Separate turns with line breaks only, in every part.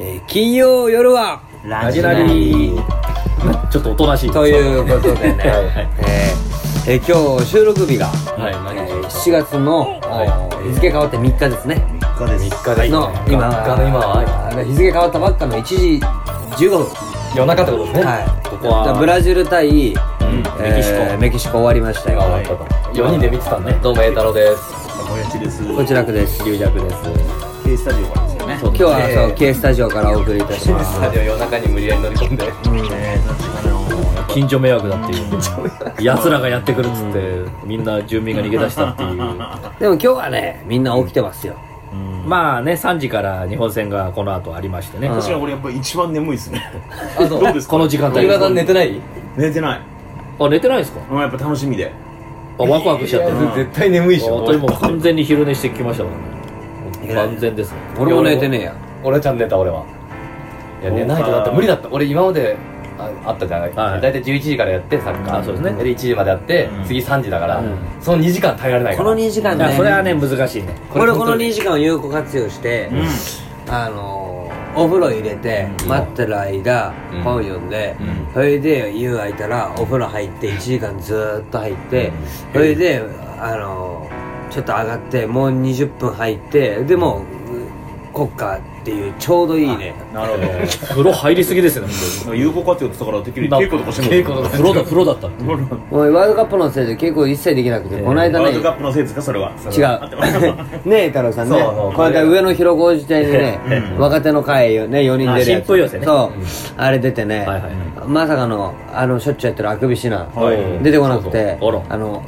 えー金曜夜は
ラジナリー。まあちょっとおとなしい。
ということでね、
はい はい
えーえー今日収録日が、
はい、
え
何でし
ー
ょうか。
7月の、
はい
日付変わって3日ですね、
これです
3日で
の
3日
今
の今は
あの日付変わったばっかの1時15分
夜中ってことですね。
はい
ここは
ブラジル対、
うんメキシコ
えーメキシコ終わりましたよ、
が終わったと。4人で見てたね。どうも、栄太郎です。
もやちです。
こちらくです
龍弱です。
K スタジオからですよね。
今日はそう K スタジオからお送りいたします
では夜中に無理やり乗り込んで
えー、確かにもうやっぱ
近所迷惑だっていう。奴らがやってくるっつって、みんな住民が逃げ出したっていう。
でも今日はねみんな起きてますよ
まあね、3時から日本戦がこの後ありましてね。
私はこれやっぱ一番眠いですね。
あそ う
どうですか
この時間帯。
岩田寝てない
寝てない。
あ、寝てないですか
もうやっぱ楽しみで。
あワクワクしちゃってる。
絶対眠いっし
本
ょ
当にもう完全に昼寝してきましたもんね。完全ですね。
俺も寝てねえや
俺ちゃん寝た俺はいうや
か
寝ないとだって無理だった俺今までああったじゃない、
はい
大体11時からやってサッカー
あそうですね
1時までやって、
うん
次3時だから、
うん
その2時間耐えられないか
こ
ら
の2時間
いや
ね
それはね、難しいね。
これこの2時間を有効活用して、あのーお風呂入れて、待ってる間、
うん
本読んで、
うん
それで湯空いたらお風呂入って1時間ずーっと入って、それであのーちょっと上がってもう20分入ってでもう国家っていうちょうどいいね
なるほど。
風呂入りすぎですよね、
なんか有効活用って言ったから、てっきり稽古とかし
稽
てん
古
の
とか風呂だ、
か
風呂だったって。
もうワールドカップのせいで結構一切できなくて、この間
な。ワー
ね
ルドカップのせいですか、それは。
違う ねえ太郎さんね
そ
こ
う
の間上野広小路隊にね若手の会をね4人出るや
あ新
つ
風寄せね
そうあれ出てね
はいはい
まさかのあのしょっちゅうやってるあくびしな
はい
出てこなくて
そうそうあら
あの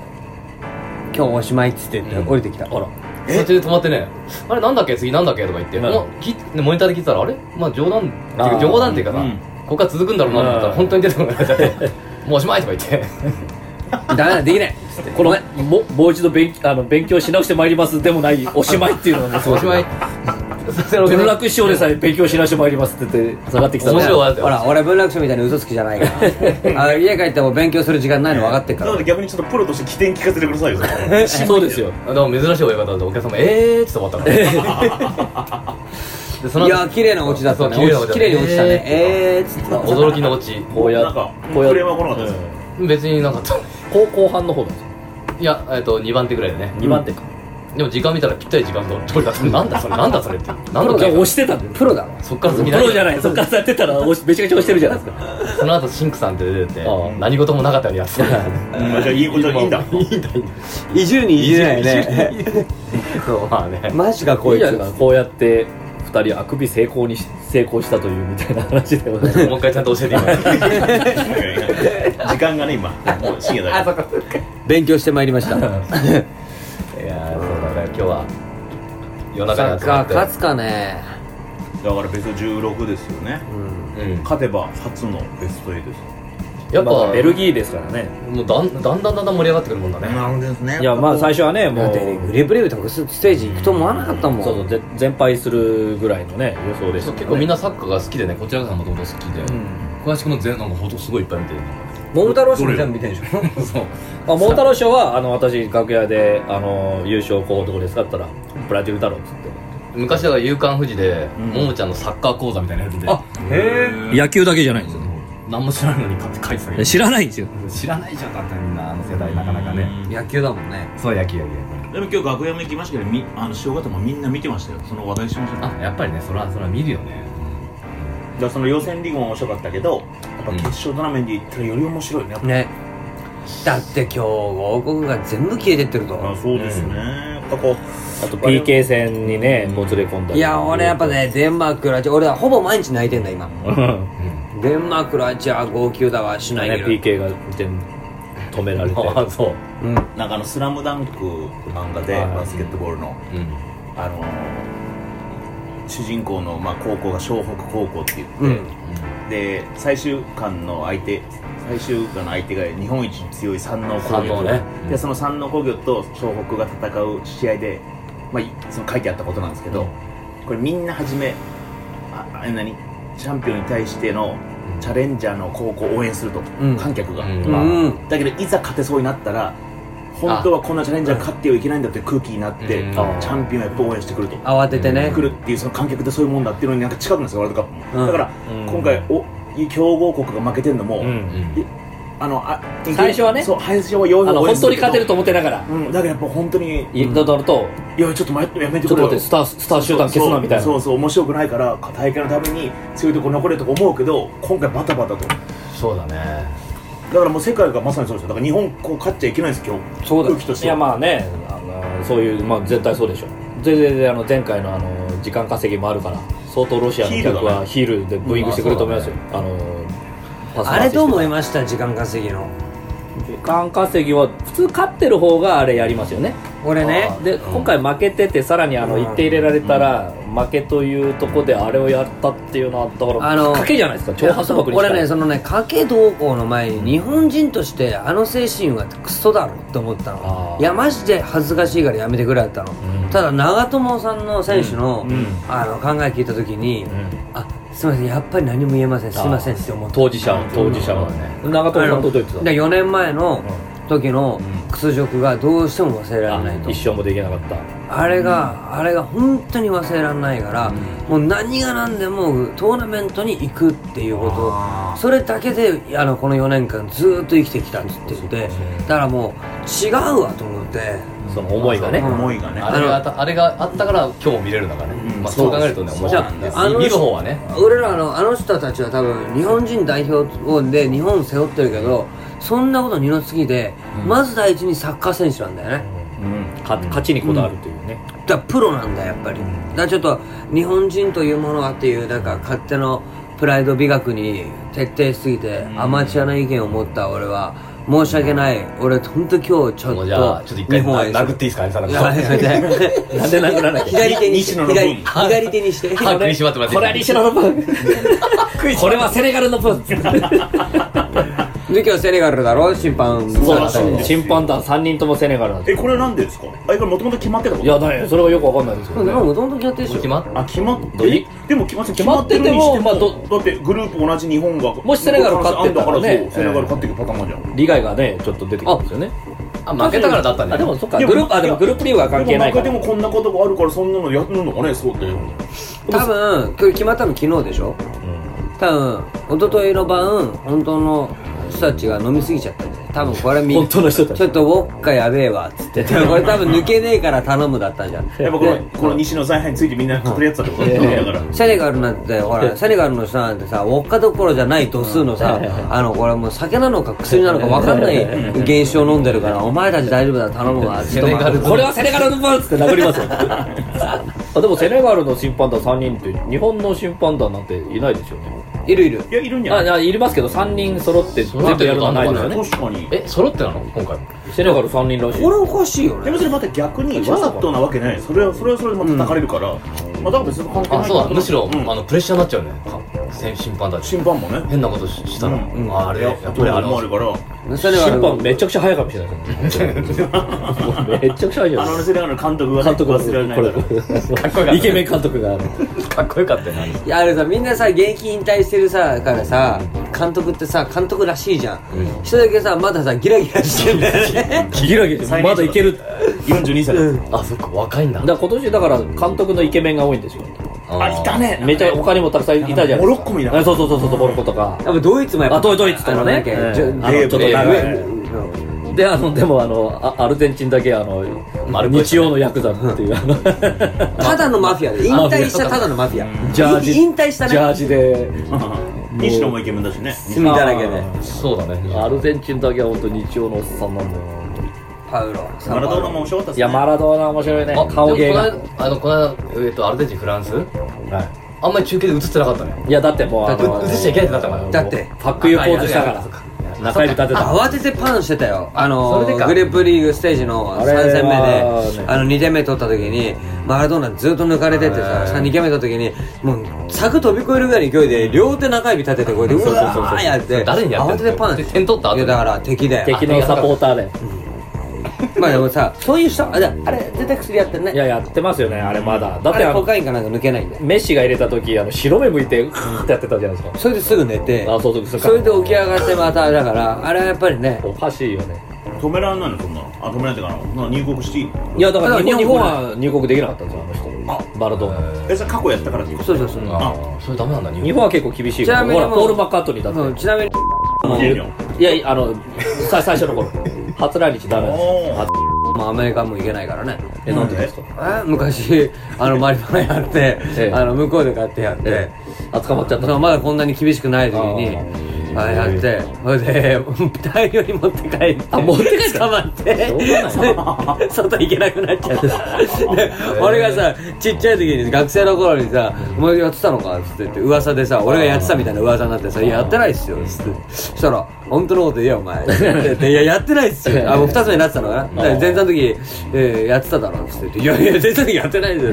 今日おしまいっつって言って降りてきた
あら。
途中で止まってねあれなんだっけ次なんだっけとか言って、
うん
もう聞いてモニターで聞いてたらあれまあ冗談っていう
あ
か
ー
冗談っていうかさ、
うん
ここから続くんだろうなと思った
う
ら
ん
本当に出てこなくなっちゃってもうおしまいとか言って
ダメだできないっつって
この、も、もう一度勉あの勉強し直してまいりますでもない、おしまいっていうのはもうすご
お
い
しまい
文楽師匠でさえ勉強し直してまいりますって言って、下がってきた
面白いわ
ほら俺文楽師みたいに嘘つきじゃないからあ家帰っても勉強する時間ないの分かってっか
なので
ら
逆にちょっとプロとして起点聞かせてくださいよ。
そうですよ。
あでも珍しい親方でお客様「えー」っつって終わったからでその後
いや綺麗なオチだったね
そう綺麗なオチだ
綺麗に落ちたねえ
え
ーっつって
驚きのオチ
こうや
なんか
こうや
クレームは来なかったです
別になかった
うん後後半の方なんですよ。
いやえっと2番手ぐらいでね
2番手か。
でも時間見たらぴったり時間通りだったなんだそ れなんだそれってなんだ
プロ
っ
が
け
押してたんだよ。
プロだろ
そっから
プ
先
ロじゃ
ない
ない、そっからやってたら押し、めちゃくちゃ押してるじゃないですか。
その後シンクさんって出てて
ああ
何事もなかったようにやってた
うんまあじゃあ、いいことはいいんだ。
移住に移住ないね
そう まあね
マジかこい
いいじゃ
つ
ないこうやって、2人あくび成功にし、成功したというみたいな話でございます。
もう一回ちゃんと教えてみます
時間がね、今。もう深夜だから。
勉強してまいりま した
いやーそうだね今日は夜
サ
中
ッ
に集
カ
ま
ー
って
勝つかね
だからベスト16ですよね。
うん
勝てば初のベスト8です。
やっ
まあ
ぱ
ベルギーですからね。
もうだんだんだんだんだん盛り上がってくるもんだね
るほどですね
いや、まあ最初はね、
だ
も
って
う
ね。グレープレビューとかステージ行くと思わなかったもん
そうそうぜ全敗するぐらいのね予想でし
そ
た
う
け
結
ど
構
ね、
みんなサッカーが好きでねこちらがもともと好きで、詳しくの全なんかほんとすごいいっぱい見てるなんかね
桃太郎賞みたいなの見てるでしょ
そう
あ桃太郎賞はあの私楽屋であの優勝候補どこですかって言ったらブラジルだろうっつっ
昔だから「夕刊富士」で
うん
ももちゃんのサッカー講座みたいなやつで
あて 野球だけじゃないんですよ
何も知らないのに書いてたけど
知らないんですよ
知らないじゃんだってみんなあの世代なかなかね
野球だもんね
そう野球野球
でも今日楽屋も行きましたけどみあの塩方もみんな見てましたよその話題しましたよ
あやっぱりねそれはそれは見るよね
だからその予選リーグも面白かったけどやっぱ決勝トーナメント行ったらより面白いねやっぱ
ねだって今日王国が全部消えてってる
あ
と
そうですね、やっぱこう
あと PK 戦にねもつれ込んだり
いや俺やっぱねデンマーククロアチア俺はほぼ毎日泣いてんだ今
うん
デンマーククロアチア号泣だわしない
ね PK が点止められて
ああそう
うん
なんかあの「スラムダンク漫画で
はい
バスケットボールの
うん
あのー主人公の、まあ、高校が湘北高校って言って、
うん
で最終巻の相手最終巻の相手が日本一に強い山王工
山
業
王ねう
でその山王工業と湘北が戦う試合で、まあ、いその書いてあったことなんですけど、これみんな初めああれ何チャンピオンに対してのチャレンジャーの高校を応援すると、
うん
観客が、
うん
うん
だけどいざ勝てそうになったら本当はこんなチャレンジャー勝ってはいけないんだって空気になって、
うん
チャンピオンはやっぱ応援してくると
慌ててね、
来るっていうその観客ってそういうもんだっていうのになんか近くなんですよワールドカップも、
うん
だから、
うん
今回お強豪国が負けてるのも、
うん
うん
あのあ
最初はね
そう最初は弱い
あ
方
の
が応援
本
す
当に勝てると思
思
ってながら
うんだからやっぱ本当に
いだからと
いやちょっと待ってやめて
ちょ
く
っと
れよ
待ってスタースター集団消すなみたいな
そうそうそう面白くないから大会のために強いとこ残れとか思うけど今回バタバタとだ
そうだね
からもう世界がまさにそうですよだから日本こう勝っちゃいけないんです今日
そうだ
空気として
いや
は
まあねあのそういうまあ絶対そうでしょ全然あの前回のあの時間稼ぎもあるから相当ロシアの客はヒールでブーイングしてくると思いますよ、あのパス
あれどう思い
ま
ました時間稼ぎの
す時間稼ぎは普通勝ってる方があれやりますよね
俺ね
で、今回負けててさらにあの
うん
1点入れられたら、負けというとこであれをやったっていうのはだから
あの
賭けじゃないですか挑発
いや
爆に
俺ね
し
そのね賭け同行の前に日本人としてあの精神はクソだろって思った
あ
の
ー
いやマジで恥ずかしいからやめてくれだったの、
うん
ただ長友さんの選手の,、
うんうん
あの考え聞いた時に、あすいませんやっぱり何も言えませんすいませんって思った
当事者当事者はね長友さんとどう言ってた
で4年前の時の屈辱がどうしても忘れられないと
一生もできなかった
あれがあれが本当に忘れられないからもう何が何でもトーナメントに行くっていうこと
あ
それだけであのこの4年間ずーっと生きてきたって言っててだからもう違うわと思って
その思いがね、
うん
思いがね
あれがあったあれがあったから今日見れるんだからね、
うん
まあ、そう考えるとね
そう
面白いんで
じゃああの
見る方はね
俺らのあの人たちは多分日本人代表をで日本を背負ってるけどそんなこと二の次で
うん
まず第一にサッカー選手なんだよね
うん
か勝ちにこだわるというね、
だからプロなんだやっぱりだからちょっと日本人というものはっていうなんか勝手のプライド美学に徹底しすぎてアマチュアな意見を持った俺は申し訳ない俺本当今日ちょっ
も
と
うじゃあちょっと一回
日本を愛す
殴
る
っていいですか有沙
いや
奈
め
さん
てめて
なんで殴らなきゃ
左手にして
西野の分
左左手にして
歯食いしばってもらって
これは西野のパンこれはセネガルのパン
で今日セネガルだろ審判
そうだ
そうなんですよ
審判団3人ともセネガルなんで
えこれはなんでですかあれからもともと決まってたこと
いやだよそれがよくわかんないです
で
よね
ももともと決まってるでしょ
決まっ
あ決まっ
どうい
てでも決まって
決まってても
決るにして
まあど
だってグループ同じ日本が
もしセネガル勝ってたらね
あんだそうセネガル勝っていくパターンもあるじゃん
利害がねちょっと出てくるんですよね
あ負けたからだったんだ
あ
よ
でもそっか
いや
グループあでもグループリーグは関係ないか
で
ら
も中でもこんなことがあるからそんなのやるのかねそうって
多分今日決まったの昨日でしょ多分一昨日の晩本当の人たちが飲みすぎちゃったんで多分これみん
本当の人たち
ちょっとウォッカやべえわっつって てこれ多分抜けねえから頼むだったんじゃ ん
やっぱこのこの西の采配についてみんな語り合ってたってことだねだから
セネガルなんてほ らセネガルの人なんてさウォッカどころじゃない度数の さあのこれもう酒なのか薬なのか分かん ない現象飲んでるからお前たち大丈夫だ頼むわ
セネガル
これはセネガルのパンっつって殴りますよあでもセネガルの審判団3人って日本の審判団なんていないですよね
いるいる
いやいるんじ
あ
ゃない
いやいりますけど3人揃って
揃
全
っ
部
て
や
る
る
こ
の
と
は
あんの
ない
か
ですよ
な
ね
確かに
え揃ってなの今回
セネガル3人らしい
これおかしいよ
で
ね
もそれまた逆にわざとなわけないそれはそれはそれでまた叩かれるからまあだから別に関係ない
あそうだむしろ、
うん
あのプレッシャーになっちゃうねかせ審判たち
審判もね
変なことししたら、
う
ああれやっぱりあれ
もあるから
セネガ
審
ル
判めちゃくちゃ早いかもしれないですねめちゃくちゃ早いじゃないで
あの
す
セネガルの監督が
か
ね
監督が
忘れられないから
かっこよかった
これイケメン監督が
かっこよかったよね
いやあれさみんなさ現役引退してるさからさ監督ってさ監督らしいじゃん一人だけさまださギラギラしてんだよね
ギラギラしてまだいけるだか
42歳だっ
あそっか若いんだ
ら今年だから監督のイケメンが多いんですよ
たあいたね
めちゃ他にもたくさんいたじゃないですか
モロッコもいなかった
あそうそうそうそうモロッコとか
やっぱドイツもやっぱ
あドイドイツとかね
あのなんか
ええ
じゅ
あの
レーブ
ちょっと
レーブ
長いであのでもあのあアルゼンチンだけあの
丸っこいっ
日
すね
曜のヤクザっていうあの
ただのマフィアで引退したただのマフィア
ジャージ
引退したね
ジャージで
西野もイケメンだしね
罪だらけで
そうだね
アルゼンチンだけは本当に日曜のおっさんなんだよ
パウロ
マラドーナも面白かったっ
いやマラドーナ面白いね
あ
顔芸が
でもこの間あのこの間えっとアルゼンチンフランス
は
あんまり中継で映ってなかったね
いいやだってもうあ
だって
の
映しちゃいけないってなったから
だって
パックユーポーズしたか
あいやいやそっ
ら中指立てた
慌ててパンしてたよあの
それでか
グループリーグステージの
あれは
3戦目
ね
であの2点目取った時にマラドーナずっと抜かれててささ2点目取った時にもう柵飛び越えるぐらいの勢いで両手中指立ててこうやってうわーやって
誰にやっ
慌
てんの
ててパンして
点取った後
いやだから敵だよ
敵のサポーターで
まあでもさそういう人あだあれ絶対薬やってるね
いややってますよねあれまだ
あ
だって
れ
あ
コ
の
カインかなんか抜けないんだよ
メッシが入れた時あの白目向いてうーってやってたじゃないですか
それですぐ寝て
あそうそうそう
それで起き上がってまただからあれはやっぱりね
おかしいよね
止めらんないのそんなのあ止められたからまあ入国していい
いやだか
だから
ら日本
日
日
本
本は入国できなかったんですよあの人バルドーナ
えそれ過去やったからってこと
そうそうそう
ああそれダメなんだ
日
日
本
本
は結構厳しい
ち
から
なみに
ほら
もう
ポール・マッカートニーだ
う
っ
ん
て
ちなみに
う
も
いやいやあのさ最初の頃初来日ダメなんですよ
おー
初
まあアメリカも行けないからね
えなんでですか
え昔あのマリファナやって、
ええ
あの向こうで買ってやって、
えあ捕まっちゃっ
そ
た
のまだこんなに厳しくない時に
あ
あれやってそれで大量に持って帰って
あ持って帰った
捕まって
しょうが
外行けなくなっちゃ ったで俺がさちっちゃい時に学生の頃にさ「お前やってたのか?」っつって言って噂でさ俺がやってたみたいな噂になってさ「いややってないっすよ」っつってそしたら「本当のこと言えよお前」って言って「いややってないっす よ」あもう2つ目になってたのかなだから前座の時「えーやってただろ」っつって言って「いやいや前座の時やってないですよ」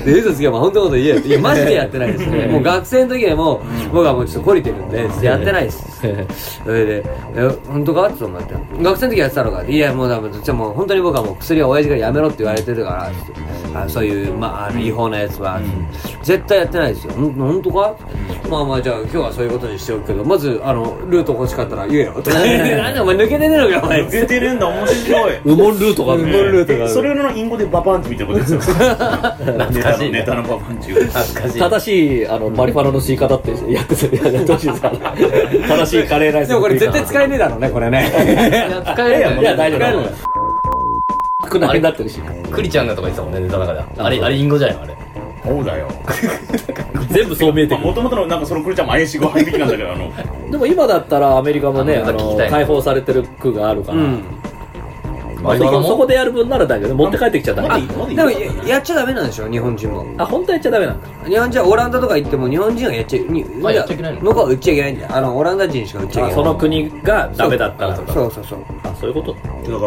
ってで嘘つけお前本当のこと言えよ」って「いやマジでやってないですよ」もう学生の時でも僕はもうちょっと懲りてるんでっつってやってないっす」 それで「え本当か?」って思って「学生の時やってたのか?」いやもうだめじゃあもう本当に僕はもう薬は親父からやめろって言われてるから」ってあそういう、まあ、あの違法なやつは、絶対やってないですよ「ほん本当か?」まあまあじゃあ今日はそういうことにしておくけどまずあのルート欲しかったら言え よ」とか「なんでお前抜けてねえのかよお 前」
抜けてるんだ面白い
ウモンルートがある
ウモンルート
えそれの隠語でババンチみたいなことですよネタのネタのババンチ懐か
正しいあのマリファナの吸い方ってやってやってほしいですから正しいカレーライス
でもこれ絶対使えねえだろうねこれね
いや使え
いやいや大丈夫
使え
大
る
丈
のよ
夫くなりになってるし
クリちゃんがとか言ってたもんねネタの中であれあれインゴじゃんあれ
そうだよ
全部そう見えてくる
もともとのなんかそのクリちゃんも怪しいご飯引きなんだけど あの
でも今だったらアメリカもね
あ
あ
聞
の
きたいな
解放されてる区があるか
う
ら、
ん
まあ、そこそこでやる分なら大丈夫持って帰ってきちゃダメ
ま
あ
だまだいい
でも
のか
ややっちゃダメなんでしょ日本人も
本当はやっちゃダメなんだ
日本人はオランダとか行っても日本人はやっちゃに
あやっちゃいけないの
向こうは売っちゃいけないんだよあのオランダ人しか売っちゃいけ
あ
ない
その国がダメだったらとか
そうそうそう
あそういうこと
てかま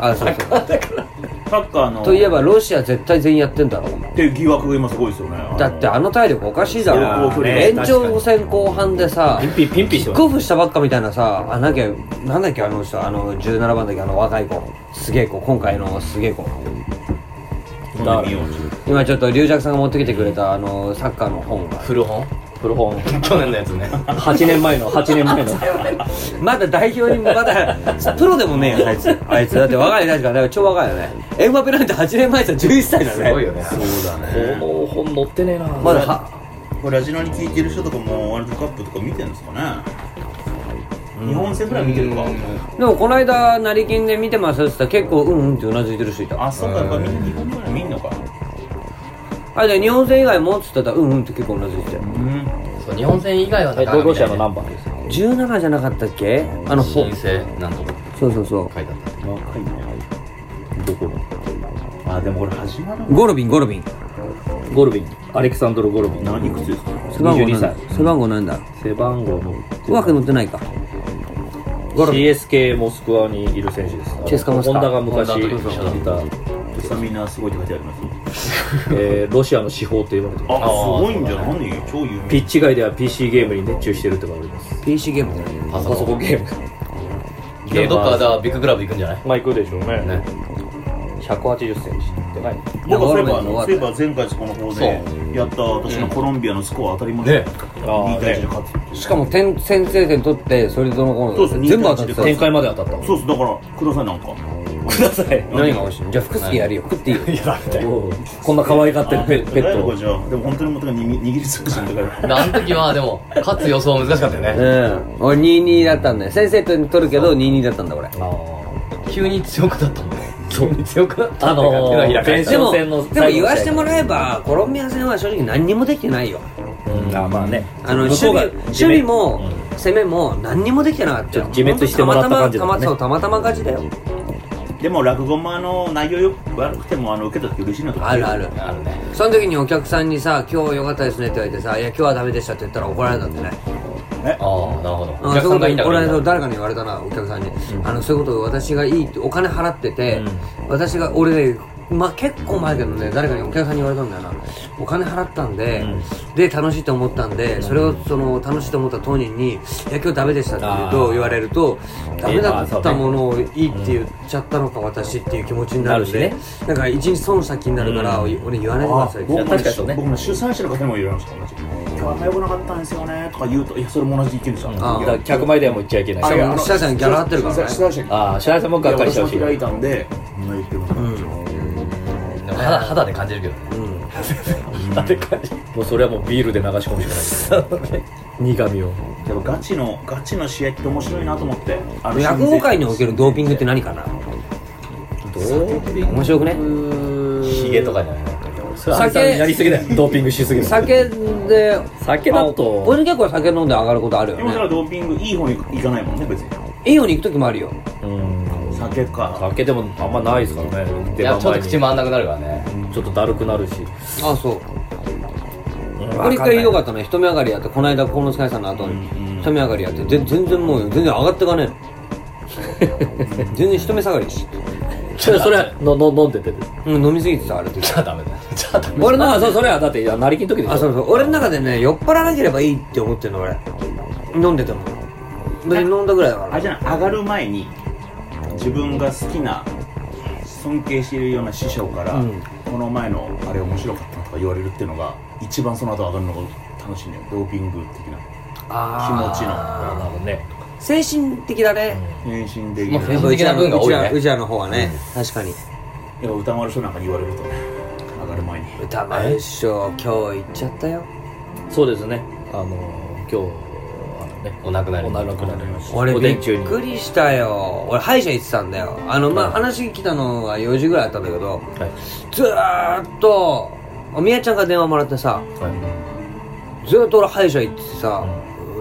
ああのサッカーだか
あそうそ
らね
う
サッカーの
といえばロシア絶対全員やってんだろ
っていう疑惑が今すごいですよねあの
だってあの体力おかしいだ
走行
ろ
距離
ね
延長戦後半でさ
ピンピンピンピンし
キック
てます
オフしたばっかみたいなさあなんだっけなんだっけあの人あの17番だっけあの若い子すげえ子今回のすげえ子
今度見よう
今ちょっと龍尺さんが持ってきてくれたあのサッカーの本が
古本
古本
去年のやつね
8年前の8年前の
まだ代表にまだプロでもねえよ あいつあいつだって若い確かね超若いよねエムバペなんて8年前さ11歳だ
す
ね
ごいよね
そうだね
この本載ってねえな
まだは
これラジナに聞いてる人とかもワールドカップとか見てるんですかね日本戦ぐらい見てるか
でもこの間成金で見てますって言ったら結構うんうんってうなずいてる人いた
あそうかやっぱみんな日本ぐらい見んのか
あれで日本戦以外もっつってたらうんうんって結構うなずいてたよ
うん
そう日本戦以外は
え
な
ロ
かなか
ロ
見
シア
ない
のナンバーです
17じゃなかったっけあのほ
申請なんとか
そうそうそう
書いてあった
若いねどこだあでもこれ始まる
ゴロビンゴロビン
ゴルビンアレクサンドル・ゴルビン
何いくつですか
背番号な
22
んだ
歳
背番号なんだ
背番号の
うまく乗ってないかゴロビン
CSK モスクワにいる選手です
チェスカモスカ
ホンダが昔
ホンダと一緒だ
いた、
スタミナすごいって書いてあります
えーロシアの司法と言われてます
あすごいんじゃない超有名
ピッチ外では PC ゲームに熱中してるって言われてます
PC ゲームだね
パ
パソコンゲーム
でもどっかだからビッグクラブ行くんじゃない
まあ行くでしょうね
ね
180センチってない
僕はそういえば
ゴロ
あのそう
ビ
いえ
ンの終わ
ば前回この方でやった私のコロンビアのスコア当たりました
ね
あ
2
あ
対
ね
1で勝つ
ったしかも点先制点取ってそれとのこ
そう
の
そう
全部当たってた
展開まで当たっ
そうっすだからくださいなんか
たください
何が美味しいじゃあ福助やるよ食っていいよ
こんな可愛がってるペペット
誰
を
かじゃあでも本当にもうだからに握りつぶしたんだから
であの時はでも勝つ予想は難しかったよ ね
うん俺22だったんだよ先生と取るけど22だったんだ俺
急に強くなったもんね急に強くなった
あのー
手が開かれた
でも
初戦の
でも言わしてもらえばコロンビア戦は正直何にもできてないよ
うんあまあね
あの
向
守
こうが
備守備も
うん
攻めも何にもできてなかったよ
自滅してもらった感じだ
た
も
ま
んね
たまたまたま勝ちだよ
でも落語もあの内容よ悪くてもあの受けた時嬉しいなとか
あるある
あるね
その時にお客さんにさ「今日良かったですね」って言われてさ「いや今日はダメでした」って言ったら怒られたんだよね
ああなるほど
う
お客さんがいいんだ
そ
か
こ
ら
でこ
いい
の間
んだ
誰かに言われたなお客さんに、あのそういうことを私がいいってお金払ってて、
うん
私が俺ねまあ、結構前だけどね誰かにお客さんに言われたんだよなお金払ったんで、で楽しいと思ったんでそれをその楽しいと思った当人に「いや今日ダメでした」って言う
あ
と
ー
言われるとダメだ
ま
っ
あ
た
そうね
ものをいいって言っちゃったのか私っていう気持ちになるんで
なる
なんか一日損した気になるから、俺言わないでくださいって
僕も
や確かにそうね
僕も主催者の方にも言われました同じ今日は早くなかったんですよねとか言うといやそれも同じ意見でした
あー
だから客前ではもう言っちゃいけない
あ
あ
れもう主催者にギャラ張ってるからね
主催者に
あー白井さんもがっかりしてほしい
いや私も開いたんでそんな言ってもらっ
でも肌肌で感じるけどね
あれ感じもうそれはもうビールで流し込むしかない苦味を
でもガチのガチの試合って面白いなと思ってあ
落語界におけるドーピングって何かな面白くね
ヒゲとかじゃない
それあれさんやりすぎだよドーピングしすぎだよ
酒で
酒だと
あ俺結構酒飲んで上がることあるよ
でもだか
ね
らドーピングいい方に行かないもんね別に
いいように行く時もあるよ
うん
酒か
酒でもあんまないですからね
い
出
や
番
ちょっ
前
と
に
口回んなくなるからね
ちょっとだるくなるし
あそう俺一回ひどかったね一目上がりやってこの間河野スカイさんの後に一目上がりやってで全然もう全然上がってかねえ の全然一目下がりし
それそれはのの飲んで て
うん飲みすぎてたあれ時
じゃあダメだじゃあダメ
俺のそうそれはだっていや成り金の時でしょ
あそうそう俺の中でね酔っ払わなければいいって思ってるの俺飲んでても別に飲んだぐらいだか
あれ
ら
じゃない上がる前に自分が好きな尊敬しているような師匠から、
うん
この前のあれ面白かったとか言われるっていうのが一番その後上がるのが楽しいんだよドーピング的な
あー
気持ち
なるほどね
精神的だね、
変身でき
まあ
る
精神的な部分が多いね
うちらの方はね、確かに
いや歌丸師匠なんかに言われると上がる前に
歌丸師匠今日行っちゃったよ
そうですねあの今日あのね
お亡くなり
お亡くなりました
俺
午
びっ
前中に
くりしたよ俺歯医者行ってたんだよあのまあ
うん
話来たのは4時ぐらいだったんだけど
はい
ずーっとみやちゃんから電話もらってさ
は
ずーっと俺歯医者行ってさ、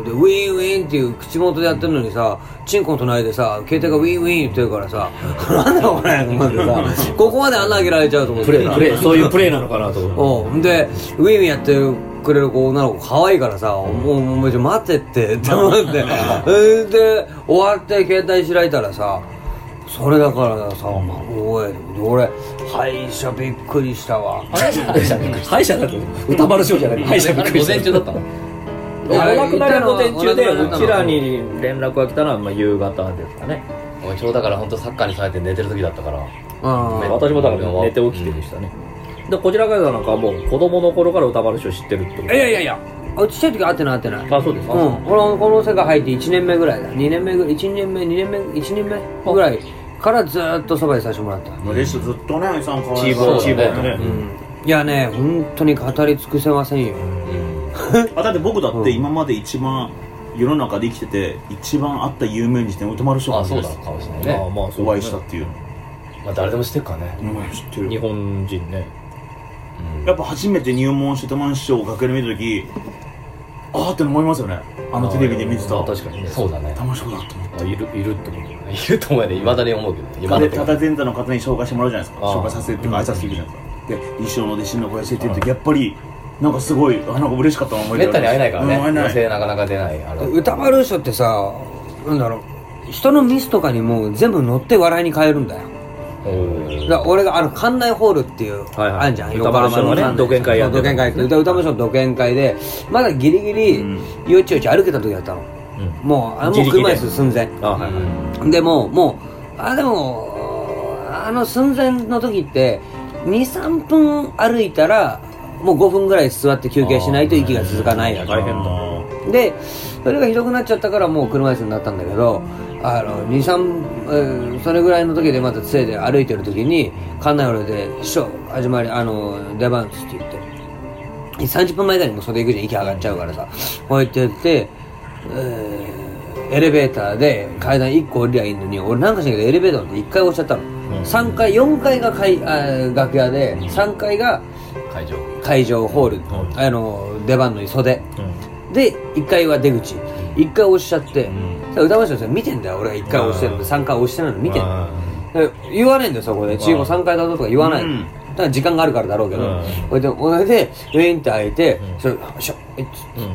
でウィンウィンっていう口元でやってるのにさチンコの隣でさ携帯がウィンウィン言ってるからさ なんだこれと思って さここまで穴開けられちゃうと思
い
っ
プ
て
レー
さ
プレーそういうプレーなのかなと
うんでウィンウィンやってくれる子女の子可愛いからさ「もうもうちょ待てって」って思ってえー で終わって携帯開いたらさそれだからさ「おい俺歯医者びっくりしたわ」
歯医者だって歌丸師匠じゃない歯医者びっくり
午
した
前中だったの
お亡くなりの午前中で
お亡くなりだった
う
の
ちらに連絡が来たのはまあ夕方ですかね
俺今日だから本当サッカーにされて寝てる時だったから
うん
ね
私もだから寝て起きてでしたねでこちらからなんかはもう子供の頃から歌丸師匠知ってるってこと
いやいやいやあちっちゃい時会ってない会ってない
あそうですか
うん俺はこの世界入って1年目ぐらいだ2年目ぐらい1年目2年目1年目ぐらいからずーっとそばでさせてもらった
レッシュずっとね愛さんかわい
チー
い
ボー
そう
チーボーとね
いやね本当に語り尽くせませんよ
あだって僕だって今まで一番世の中で生きてて一番会った有名人って歌丸師匠な
ああ
ん
そう
で
だ
す
かもしれない
まあ
ね
まあそう
お会いしたっていうの
まあ誰でも知ってるからね
うん知って
日
る
本人ね
やっぱ初めて入門して玉井師匠を楽屋で見た時ああって思いますよねあのテレビで見てた
まあ
玉井
確かにね
そうだね
師匠だと思って
あいるいるってことね
いると思うよねいまだに思うけど今だ
で
と
ただ前座の方に紹介してもらうじゃないですか
あー
紹介させてっていうか挨拶するじゃないですかで一生の弟子の子やしてる時やっぱりなんかすごいあなんか嬉しかった思い出
めっ
が
た
あり
に
ます
会えないからね
うん会えない
女性なかなか出ないあれ
歌丸師匠ってさなんだろう人のミスとかにもう全部乗って笑いに変えるんだよだから俺があの館内ホールっていう、
はいはい
あんじゃん
歌丸師
横浜
匠のね
の館内
独演会やって
そう
る
独演会で歌歌丸師匠の独演会でまだギリギリ
うん
よちよち歩けた時だったの、もうあのもう
自力で
車椅子寸前
あはいはい
でももうあでもあの寸前の時って23分歩いたらもう5分ぐらい座って休憩しないと息が続かないやつ
大変だ
でそれがひどくなっちゃったからもう車椅子になったんだけどあの23、えーそれぐらいの時でまた杖で歩いてる時に館内俺で「師匠始まりあの出番っす」って言って30分前ぐらいにもう袖行くじゃん息上がっちゃうからさこうやってやって、えーエレベーターで階段1個降りりゃいいのに俺なんかしないけどエレベーターで1回押しちゃったの、3階4階が階あー楽屋で3階が
会場
会場ホール、あの出番の袖、で1階は出口1階押しちゃって、う歌丸師匠さ見てんだよ俺が1階押してるの3階押してないの見てんだよで言わねえんだよそこで「チーム3階だぞ」とか言わない、
うん
から時間があるからだろうけど、
うん
これでこれでウェインって開いて、
うん
それしょえっ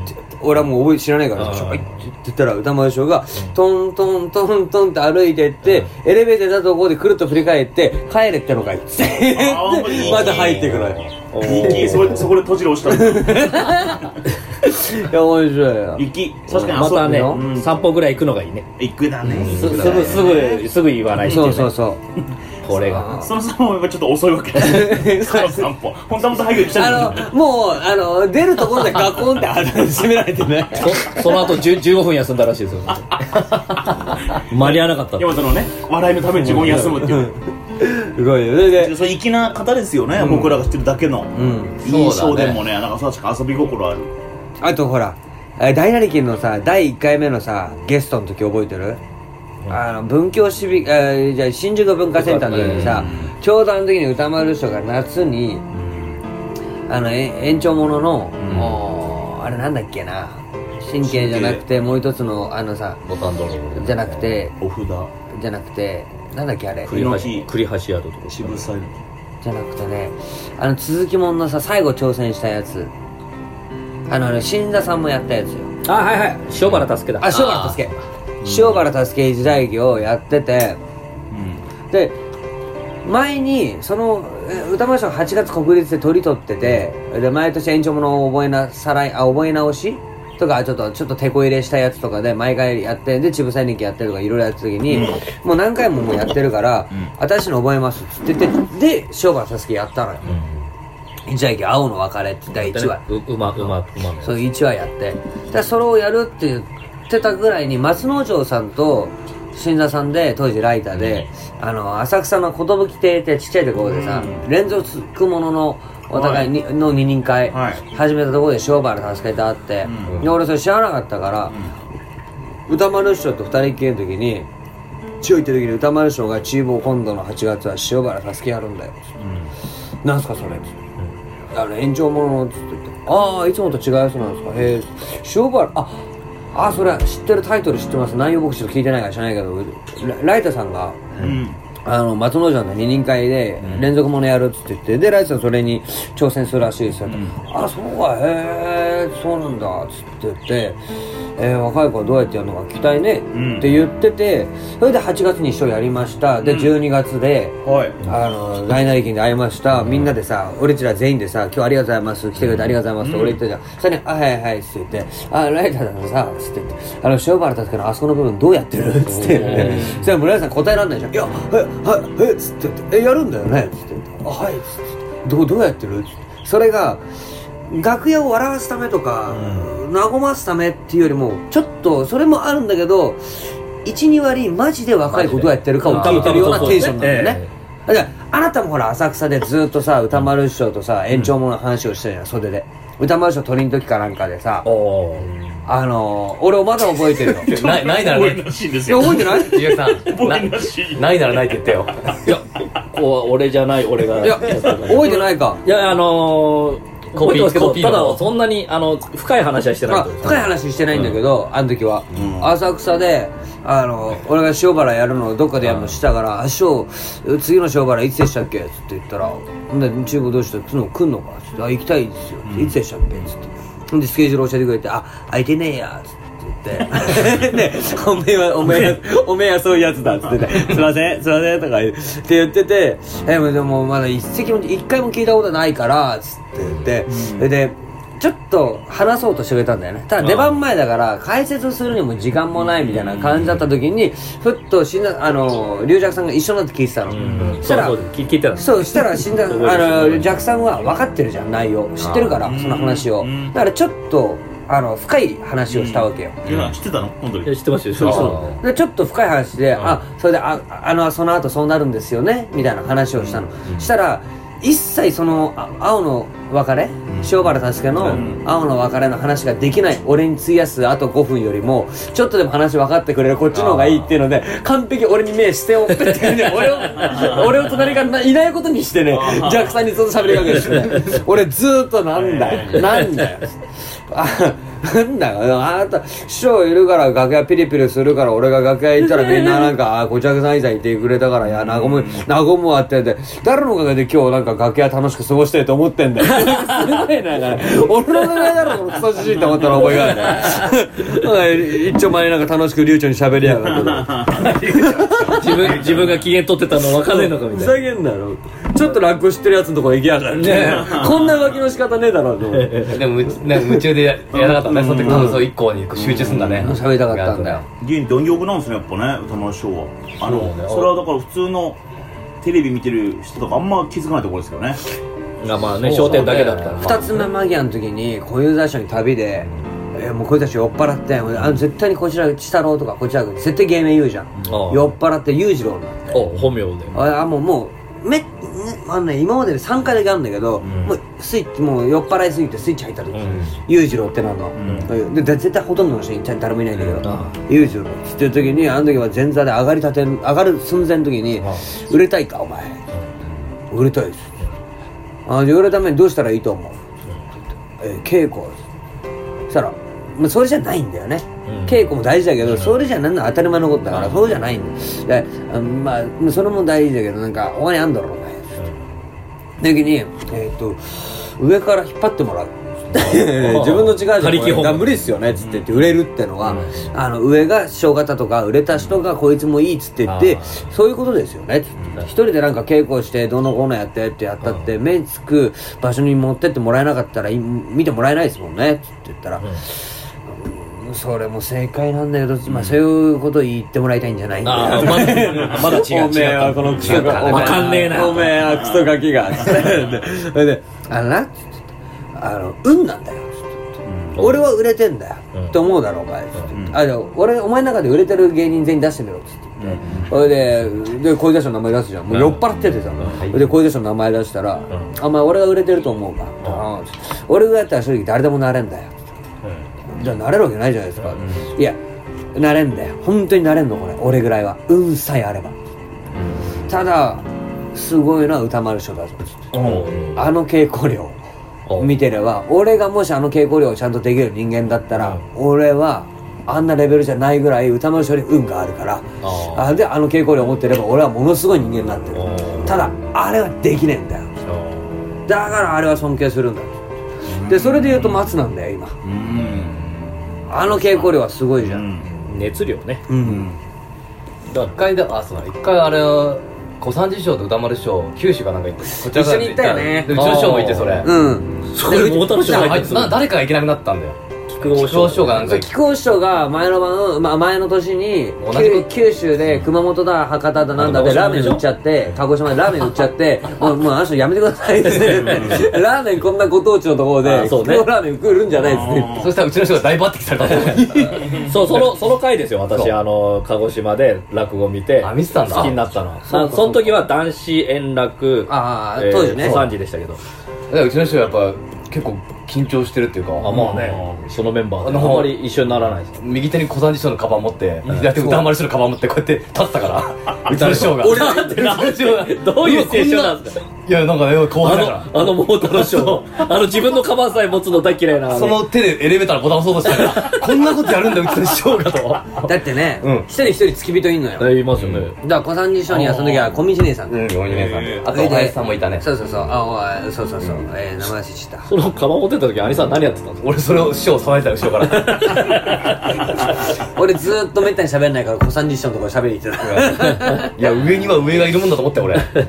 つって俺はもう覚え知らないから
う
さ
ん
しょえっつって言ったら歌丸師匠が、トントントントンって歩いてって、エレベーターだとここでくるっと振り返って帰れってのかいっつって言っ
あーほん
て
に
また入ってくのよ
お
行きそれそこで閉じる押したんだ
いや面白いよ
行き確かにあ
ま
そこ
たね、
うん
散歩ぐらい行くのがいいね
行くだね
すすぐすぐすぐ言わないといけ
そうそ
ない
うそう
これが
その散歩もちょっと遅いわけ その散歩本当はもっと早く来た
あ
んだけど
のもうあの出るところでガコンって閉められてね
そその後10 15分休んだらしいですよ間に合わなかった
でもそのね笑いのために自分を休むっていう
すごいよそれで
そう粋な方ですよね、僕らが知ってるだけの、
うん
印象でもねなんか確か遊び心ある
あとほらえー大成金のさ第1回目のさゲストの時覚えてるあの文教シビ、えーじゃあ新宿文化センターの時にさ教団の時に歌丸師匠が夏にあのえ延長ものの、もうあれなんだっけな神経じゃなくてもう一つのあのさ
ボタンドロール
じゃなくて
お札
じゃなくてなんだっけあれ
栗の木
栗橋宿とか
渋沢
じゃなくてねあの続きもんのさ最後挑戦したやつあのあの新座さんもやったやつよ
あはいはい塩原助けだ
あ塩原助け塩原助け時代劇をやっててで前にそのえ歌丸師匠が8月国立で取り取っててで毎年延長ものを覚えなさらいあ覚え直しとかちょっとちょっと手こ入れしたやつとかで毎回やってでちぶさい人気やってるとかいろいろやってた時に、もう何回ももうやってるから、私の覚えますっつっててで塩原助けやったのよ、じゃあ青の別れって第1話
ううまうまうまのやつ
そう1話やってでそれをやるって言ってたぐらいに松之丞さんと新座さんで当時ライターで、あの浅草の寿亭ってちっちゃいところでさ、連続もののお互いに、の二人会
はい
始めたところで塩原助けてあって、で俺それ知らなかったから、歌丸師匠と二人っきりの時に千代行った時に歌丸師匠が「チーボー今度の8月は塩原助けやるんだよ」なんすかそれ」つってあの延長ものの」つって言って「ああいつもと違うやつなんですかへえ塩原ああそれ知ってるタイトル知ってます内容僕ちょっと聞いてないから知らないけどラライタさんが
うん
あの松之丞の二人会で連続ものやるっつって言って、でライスさんそれに挑戦するらしいですよ、あそうかへえそうなんだっつって言って、えー若い子はどうやってやるのか聞きたいね、
ん
って言っててそれで8月に一緒やりましたで12月で、
はい
あの大内勤で会いました、みんなでさ俺たちら全員でさ「今日ありがとうございます来てくれてありがとうございます」って俺言ったじゃん、それに「あはいはい」っつって言って「あライターだからさ」っつって言って「あの塩原達けのあそこの部分どうやってる?」っつってそしたら村井さん答えられないじゃん「いやえはいえっ?」つって言って「えやるんだよね?」っつって「あはい」っつって「どうどうやってる?」っつってそれが楽屋を笑わすためとか、和ますためっていうよりもちょっとそれもあるんだけど12割マジで若い子どうやってるかを聞いてるようなテンションなんだよねだからあなたもほら浅草でずっとさ歌丸師匠とさ延長もの話をしてるじゃん袖で歌丸師匠鳥の時かなんかでさ
おお
あのー、俺をまだ覚えてるよ い
ないないなら
多
ね
いらしいんです
や
よ
覚えてない
ジュエさん
多
ない
らしい
ないならないって言ってよ
いやここは俺じゃない俺が
いや覚えてないか
いやあのー、
コ
覚え
ピー
てますけど
コピーの
ただそんなにあの深い話はしてない
まあ、
と思う
深い話してないんだけど、あの時は、浅草であの俺が塩原やるのをどっかでやるのしたから「あ師匠次の塩原いつでしたっけ?」っつって言ったら「ほんで中国どうしたつの来んのか?」っつってあ「行きたいですよ」いつでしたっけ?」っつってほんでスケジュール教えてくれて「あ空いてねえや」っつって。って言って ねおめえは、おめえは、おめえはそういうやつだっつってて、 すいません、すいません、とか言うって言ってて、え、でもまだ一席も、一回も聞いたことないから、つって言って、それで、ちょっと話そうとしてくれたんだよね。ただ出番前だから、解説するにも時間もないみたいな感じだった時に、ふっと死んだ、あの、龍尺さんが一緒になって聞いてたの。
うん
そしたら
そうそう聞聞いてたんです
そうしたら死んだあ
覚えてる
のジャックさんは分かってるじゃん内容知ってるからその話をだからちょっとあの深い話をしたわけよ
いや知ってたの本当
いや
に
知ってますよ
そうそう
あー
でちょっと深い話であそれでああのその後そうなるんですよねみたいな話をしたのしたら一切そのあ青の別れ塩原確かの「青の別れ」の話ができない俺に費やすあと5分よりもちょっとでも話分かってくれるこっちの方がいいっていうので完璧俺に目しておくっていう ね俺を俺を隣がいないことにしてね弱さんにずっと喋りかけてる ね俺ずーっとなんだよなんだよあなんだよあなた師匠いるから楽屋ピリピリするから俺が楽屋行ったらみんななんかあこちゃくさんいざいてくれたからいや和む和むわってんで誰のおかげで今日なんか楽屋楽しく過ごしてると思ってんだよすごいななんか俺のおかげだろこのクソじじいって思ったら覚えがあるんだよ一丁前になんか楽しく流暢に喋りやがって
自分自分が機嫌取ってたの分かんねえのかみ
ふ
たい
ざけんなよちょっと楽してるやつのとこ行きやがるねこんな浮気の仕方ねえだろうと思って
でもうなんか夢中でややらなかったね、その時感想一個にこう集中するんだね
喋りたかったんだよ
芸人貪欲なんですねやっぱね歌丸師匠はあの
そうね
それはだから普通のテレビ見てる人とかあんま気づかないところですけどね
なまあね商店だけだったら
二つ目間際の時に小遊三師匠に旅で、えーもうこいつたち酔っ払ってもうあの絶対にこちら千太郎とかこちら絶対芸名言うじゃん、
ああ
酔っ払って裕次郎になって
お本名で
ああもうもうめ、ね、あのね今までで3回だけあるんだけど、もうスイッチもう酔っ払いすぎてスイッチ入った時、裕次郎ってなんの、でで絶対ほとんどの人に誰もいないんだけど裕次郎っつってる時にあの時は前座で上がりたてん上がる寸前の時に「売れたいかお前」売れたいです」あじゃあ売れるためにどうしたらいいと思う?」えー稽古」そしたら、まあ、それじゃないんだよね、稽古も大事だけどそれじゃなんの当たり前のことだからそうじゃないんだよであまあそれも大事だけどなんかお金あんだろお前時に、えー、と上から引っ張ってもらう 自分の力じゃ
他力本
こ
願
れ無理っすよねっつって言って売れるってのは、あの上が小型とか売れた人がこいつもいいっつって言って
あー
そういうことですよねっつって一人でなんか稽古してどうのこうのやってってやったって目つく場所に持ってってもらえなかったらい見てもらえないですもんねっつって言ったら、うんそれも正解なんだけど、まあ、そういうこと言ってもらいたいんじゃないんだよ
ああまだまだ違う違う
このクソ
違ったわかんねえな
おめえはクソガキがでそれで「あのな」っつってあの運なんだよ」つって俺は売れてんだよ」って思うだろお前」つってあじゃあ俺お前の中で売れてる芸人全員出してみろ」っつって。それでで小出しの名前出すじゃんもう酔っ払っててさ、で小出しの名前出したら「あお前俺が売れてると思うか」うん俺がやったら正直誰でもなれんだよ」じゃあなれるわけないじゃないですか、いやなれんだよ本当になれんのこれ俺ぐらいは運さえあれば、ただすごいのは歌丸師匠だぞあの稽古量を見てれば俺がもしあの稽古量をちゃんとできる人間だったら、俺はあんなレベルじゃないぐらい歌丸師匠に運があるから
あ
あであの稽古量を持ってれば俺はものすごい人間になってる
うん
ただあれはできねえんだよ
あ
だからあれは尊敬するんだでそれで言うと松なんだよ今あの稽古量はすごいじゃん
熱量ね
うん
一回だあそうだ一回あれ小三治師匠と歌丸師匠九州かなんか行ってこちらか
一
ら
緒に行ったよね
でうちの師匠もいてそれ
うん
それも太田の師匠
あ
が入っ
あい
て
つ
る
な誰かが行けなくなったんだよ
菊王
師匠がなん
そ
か
う木久扇師匠が前の晩、まあ、前の年に
同じこと
きゅ九州で熊本だ博多だなんだで
あ
ラ
鹿児
ーメ
島
ン売っちゃって鹿児島でラーメン売っちゃってもうもうあの人やめてくださいってラーメンこんなご当地のところ
あ
で
そうね
木久扇ラーメン食るんじゃないっつって
そしたらうちの師匠が大抜擢されたんだよ
そうそのその回ですよ
そ
私
う
あの鹿児島で落語見て
あ見てたんだ
好きになったの
そう
そ
か
その時は男子円楽
ああ当時ね
3時でしたけど
だからうちの師匠やっぱ 結構緊張してるっていうかあ
そのメンバー
あ
であ
の
んまり一緒にならないです
右手に小三治師匠のカバン持って左手に歌丸師匠のカバン持ってこうやって立ってた からうちの師匠が俺だって
どういう青春なんですか
いやなんかね後
あ
輩だから
の、あのモーターのショー、あの自分のカバンさえ持つの大嫌いな。
その手でエレベーターのボタン押そうとした からこんなことやるんだうちの師匠がと
だってね、
うん
一人一人付き人いんのよ、
あ、言いますよね。
だから小三治師匠にはその時は小道姉さん、
うん4人
へ
目
ー
さんあとお林さんもいたね
そうそうそうあおいそうそうそう、えー名前忘れちゃっ
そのカバン持ってった時、兄さん何やってたんですか
俺それを師匠を騒いでた後ろから
た俺ずーっとめったに喋んないから小三治師匠のところ喋りに行ってた
いや上には上がいるもんだと思って俺あ
うん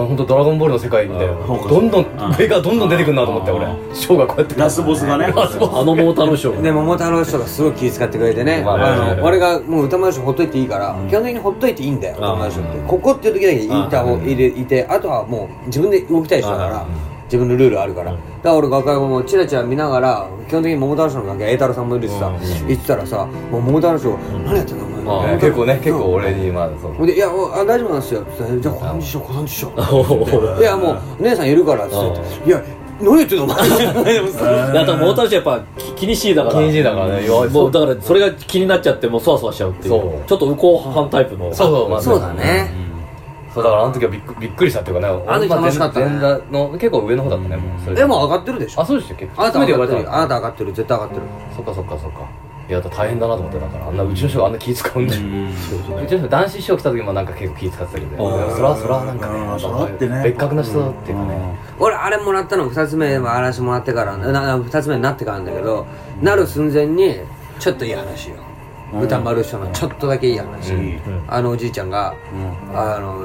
の本当ドラゴンボールの世界みたいな
そうか
どんどん上がどんどん出てくるなと思って
あ
俺師匠がこうやって
ラスボスがね
ラスボス
あのモーターのショー。
で桃太郎師匠がすごい気遣ってくれてね、
まあ
あ
ね
の俺がもう歌丸師匠ほっといていいから、基本的にほっといていいんだよ歌丸師匠ってここっていう時だけ言いた方入れいてあとはもう自分で動きたい人だから自分のルールあるから、だから俺楽屋もチラチラ見ながら基本的に桃太郎師匠の楽屋栄太郎さんもいるしさ、言ってたらさもう桃太郎師匠「何やってんのお
あ
前
ー」結構ね結構俺にまあそう
ほんで「いやおあ大丈夫なんですよ」って言ったらじゃあ小三治師匠小三治師匠」
おー
いやもう姉さんいるから」っつって「いや何言ってんのお前でもさ
だからモータルショーやっぱき気にしいだから
気にしいだからね
いやもうだからそれが気になっちゃってもうそわそわしちゃうってい
そう
うちょっと右向派タイプの
そうそう、まあ
そうだね
そうだからあの時はびっくびっくりしたっていうかね
あの時楽しかったね
前座の結構上の方だったねもうそれ
でも上がってるでしょ
あそうでしたっけ
あなた
初めて
上
呼
が
ば
っ
れ
て
たの
るあなた上がってる絶対上がってる
そっかそっかそっかいやだから大変だなと思ってだからあんなうちの人があんな気使うんでうちの人男子師匠来た時もなんか結構気使ってたけどねでもそらそらなんか
う
ね
んそらってね
別格な人っていうかね
俺あれもらったの2つ目は嵐もらってからなな2つ目になってからなんだけどなる寸前にちょっといい話よ歌丸師匠のちょっとだけいい話、あのおじいちゃんが、あの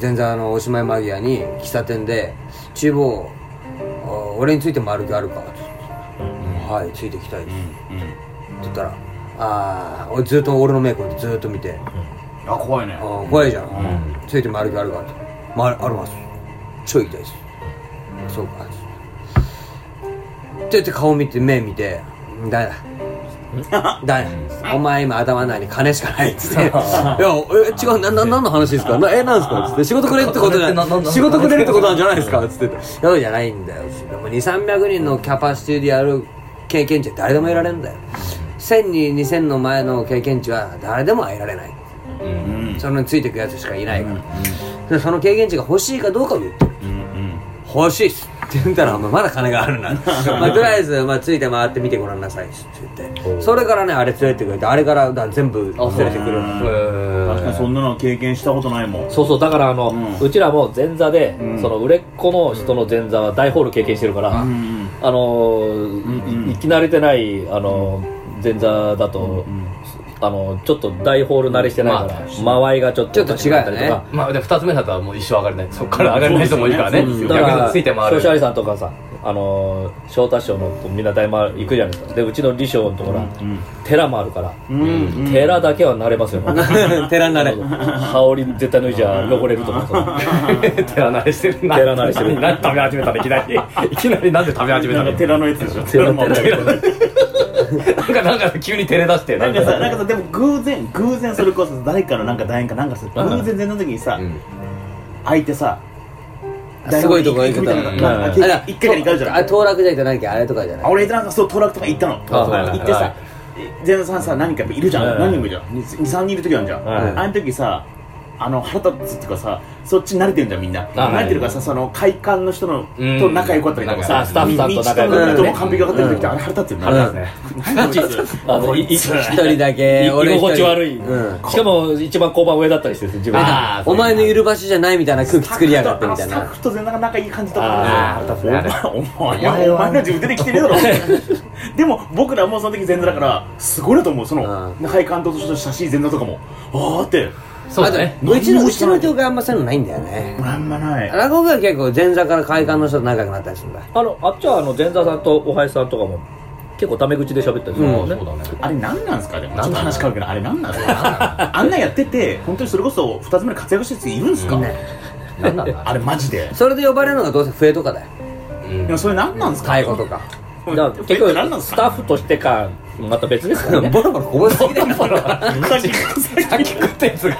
前座のおしまい間際に喫茶店で「厨房あ俺についても歩きあるか?」って言ってはいついてきたい」です」って言ったら「ああ俺ずっと俺の目こうやってずっと見て」
あ怖いね
あー怖いじゃん、ついて回る気あるかと回るありますちょい痛いですそうかって言って顔見て目見て「だ だだだお前今頭の中に金しかない」っつって「いやえ違うなな何の話です かなえなんですか?」っつって「仕事くれるってことじゃ
金ってななな
仕事くれるってことなんじゃないですか?」っつって「そうじゃないんだよ」っつって「でも2 3 0 0人のキャパシティでやる経験値は誰でも得られるんだよ」1000に2000の前の経験値は誰でも得られない
うん
そのついてくやつしかいないから、でその経験値が欲しいかどうかを言ってる、欲しいっすって言ったら、お前まだ金があるな、 まあ、とりあえず、まあ、ついて回ってみてごらんなさいっつって言ってそれからねあれ連れてくれてあれからだ全部連れてくる
へー
確かにそんなの経験したことないもん
そうそうだからあの、
ん
うちらも前座で、
ん
その売れっ子の人の前座は大ホール経験してるから、
うん
あのー
うんうん
い生き慣れてないあのー前座だと、あのーちょっと大ホール慣れしてないから、間合いがちょっと
ちょっと違うよね
おかしくなったりとか
まあで2つ目だったらもう一生上がれないそっから上がれない人もいるからね
そうですよ
だ
ね
か
逆
ら
について回
ソー
る
シャリさんとかさあのー翔太師匠のとみんな大回り行くじゃないですかでうちの李匠のところは、
ん
寺もあるから、
ん
寺だけは慣れますよ、
寺になれ
羽織絶対脱いじゃ汚れるとかさ
寺慣れしてるな
寺慣れしてる
なんで食べ始めたのいきなりいきなりなんで食べ始めた
なん
の
か寺のやつでしょ
寺の
寺のやつ
なんかなんか急に照れ出してな
なんんか
か
さなんかさでも偶然偶然それこそ誰かのなんか楕円かなんかさ偶然前の時にさ
うん
空いてさ
すごいとこ行くと
みたいななんか
あら
一回か二回あるじゃん
あ当落じゃいけないっけあれとかじゃ
あ
ない
俺なんかそうトラックとか行ったの
はいはい
行って
は
さ
い
前座さんさ何人かやっぱいるじゃ
はい
ん何人もいるじゃん23人いる時あるじゃ
はい
んあの時さあの腹立つっていうかさそっち慣れてるんじゃんみんな
はい
慣れてるからさその会館の人の
うん
と仲良かったりとか
仲
さ
良いスタッフさんと仲良
道
かったりね
とも完璧分かってる時ってあれ腹立つよね
腹立つ
ね
何こいつ
あのいい
一人だけ
い
俺
居
一人
心地悪い、
うん
しかも一番交番上だったりしてる自分
あー
お前のいる場所じゃないみたいな空気作りやがってみたい
スタッ
な
フと全然仲いい感じだっ
あ
た
ー
からさお前お
あ
前
れ
お
は
前ら自分出てきてるだろでも僕らもその時全然だからすごいなと思うその
う
中井監督とした写真全然とかもああって
そうだね
あとうちのうちの教会あんまそういうのないんだよね
あんまない
落語が結構前座から会館の人と仲良くなったりするんだ
あのあっちはあの前座さんとお林さんとかも結構タメ口で喋ったりするもんね、
だね
あれ何なんですかでもちょ
な
っと
んなん
話変わるけどあれ何なんですかあんなんやってて本当にそれこそ2つ目で活躍してる人いるんですか
なんなんだ
あれマジで
それで呼ばれるのがどうせ笛とかだよ
でもそれ何なんですか
太鼓とか
これ
だから結局
何なんです
スタッ
か
フとしてかまた別ですから ね
ボロボロこぼしすぎだよ
さっきさっき
食ってやつが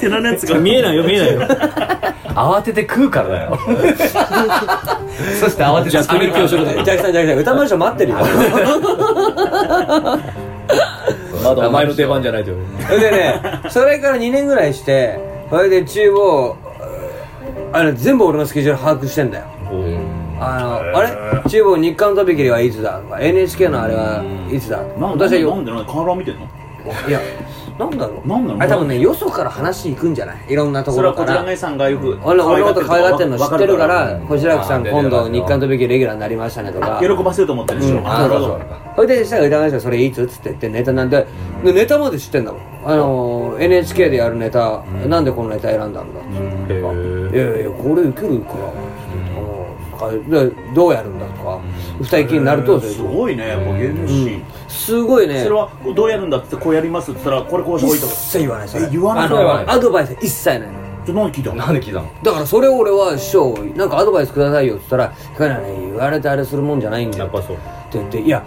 寺のやつが
見えないよ見えないよ
慌てて食うからだよそして慌てて
ジャッキ さんジャッキさん歌丸師匠待ってるよ
まだお前の出番じゃないという
それでねそれから2年ぐらいしてそれで厨房あれ全部俺のスケジュール把握してんだよあのあれ厨房日刊飛び切りはいつだとか NHK のあれはいつだとか
なん
私は
でな
よ
んでなんで河原見てんの
いやなんだろう
なんなの
あれ多分ねよそから話行くんじゃないいろんなと
そ
こ
れ
ろ
はこ
か
ちら
ら
がいさんがよく
俺の俺のこと可愛がってるの知ってるから
わ
こちらくさん
あ出てる
今度日刊
出
飛び切りレギュラーになりましたねとか
喜ばせようと思ってるでしょ、
うん
なるほど
それでしたら歌会社それいつっつって言ってネタなんででネタまで知ってんだもんあのー NHK でやるネタ、なんでこのネタ選んだんだっつって、いやいやこれ受けるから、あのでどうやるんだとか、二人きりになると、
すごいねやっぱ芸能人、
すごいね
それはどうやるんだってこうやりますって言ったらこれこうしておい
一
た
切言わないそれ
え言わない
あ
言わない
のアドバイス一切ない
ちょ何聞いたの
なんで聞いたの
だからそれを俺は師匠なんかアドバイスくださいよっつったら「かなね言われてあれするもんじゃないんだ
や
よ」
っ
って
ぱそう
言って「いや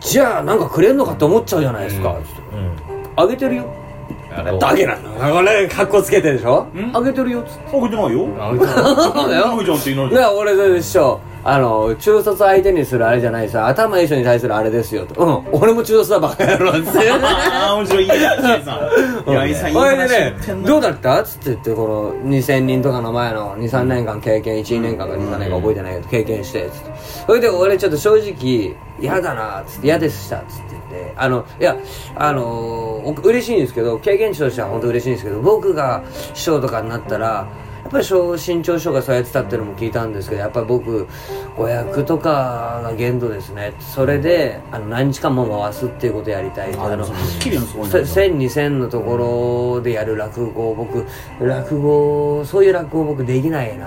じゃあなんかくれんのかって思っちゃうじゃないですか」つって「あげてるよ」だけなのこれ格好つけてるでしょあげてるよっつって
あげてないよ
あうた
そうだよ
あげてないじゃんって言うの
だから俺それで師匠あの中卒相手にするあれじゃないさ頭いい人に対するあれですよとうん俺も中卒だバカ野郎っつって
ああ面白いいいな石井さんいや石井さんいい
これで
話言っ
ね
てんな
どうだったっつって言ってこの2000人とかの前の23年間経験1年間か23年間覚えてないけど経験してつってそれで俺ちょっと正直嫌だなっつって嫌でしたっつって言ってあのいやあのお嬉しいんですけど経験値としては本当嬉しいんですけど僕が師匠とかになったらやっぱり小身長師匠がそうやってたっていうのも聞いたんですけどやっぱり僕500とかが限度ですねそれであの何日間も回すっていうことやりたい
あでもそのスッキリのすごいな
10002000のところでやる落語僕落語そういう落語僕できないな、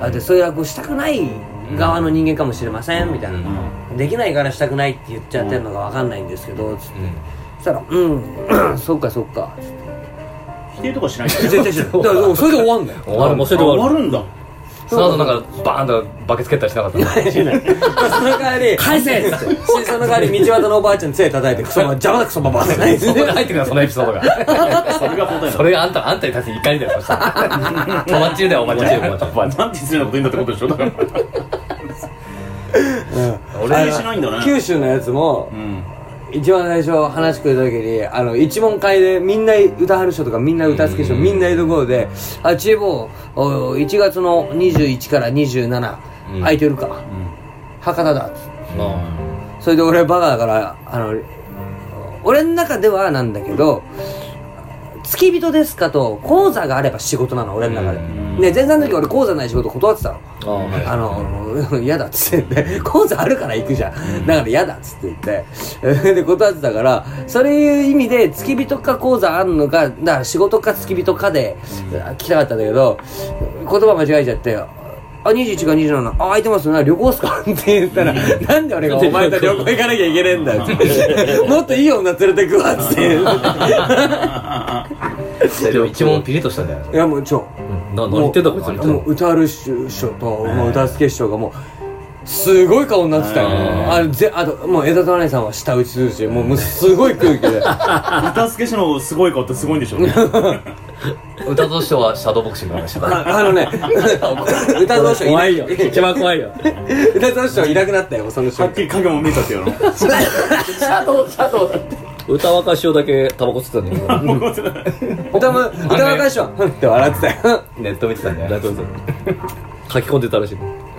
あでそういう落語したくない側の人間かもしれません、みたいな、できないからしたくないって言っちゃってるのが分かんないんですけどつって、そしたら「うん そうかそうか」
否定とかしないんだ
絶対しないだからそれで終わんだよ
終わるもん
あそれで終
終
わ
わ
る
るんだ
その後なんかバーンとバケツ蹴ったりしなか ったの
その代わり返せっつってその代わり道端のおばあちゃんに杖叩いてクソま邪魔だクソババアってない
そこに入ってくるなそのエピソードが
それが答え
それがあんたあんたに対する怒りだよそしたら 止まっちゅうだよおばちゃんおばちゃん
だなんて失礼なこと言うんだってことでしょだから
あの
しないんだね
九州のやつも、一番最初話してくれた時にあの一問会でみんな歌はる人とかみんな歌好き人みんな江戸郷で「あちえぼうお1月の21から27、空いてるか、博多だ」それで俺バカだからあの俺の中ではなんだけど付き人ですかと講座があれば仕事なの俺の中で、ね前座の時俺講座ない仕事断ってたの
あはい
あの、嫌だっつって言って、 講座あるから行くじゃん。だから嫌だっつって言って、 えーで、断ってたから、そういう意味で、付き人か講座あんのか、だから仕事か付き人かで、聞きたかったんだけど、言葉間違えちゃって、あ、21か27、あ、空いてますね、旅行っすかって言ったら、なんで俺がお前と旅行行かなきゃいけねえんだよ って。もっといい女連れてくわっつ って。
でも一問ピリッとしたんじゃない
いや、もうちょ。
な何言ってんだこいつみたい
もう歌る師匠と、もう歌助師匠がもうすごい顔になってたよ、あのぜあともう枝田姉さんは舌打ちするしもうもうすごい空気 で
歌助師のすごい顔ってすごいんでしょう ね
な歌としてはシャドーボクシングの話だから
あのね 歌同士はい
怖
ない
いよ一番怖いよ
歌同士はいなくなったよその
は
瞬
っきり影も見えたっていうの
歌若師匠だけタバコ吸ってたんだけど
間歌も歌若い師匠はって笑って たよ
ネット見てたんじゃない
大丈夫です書き込んでたらしい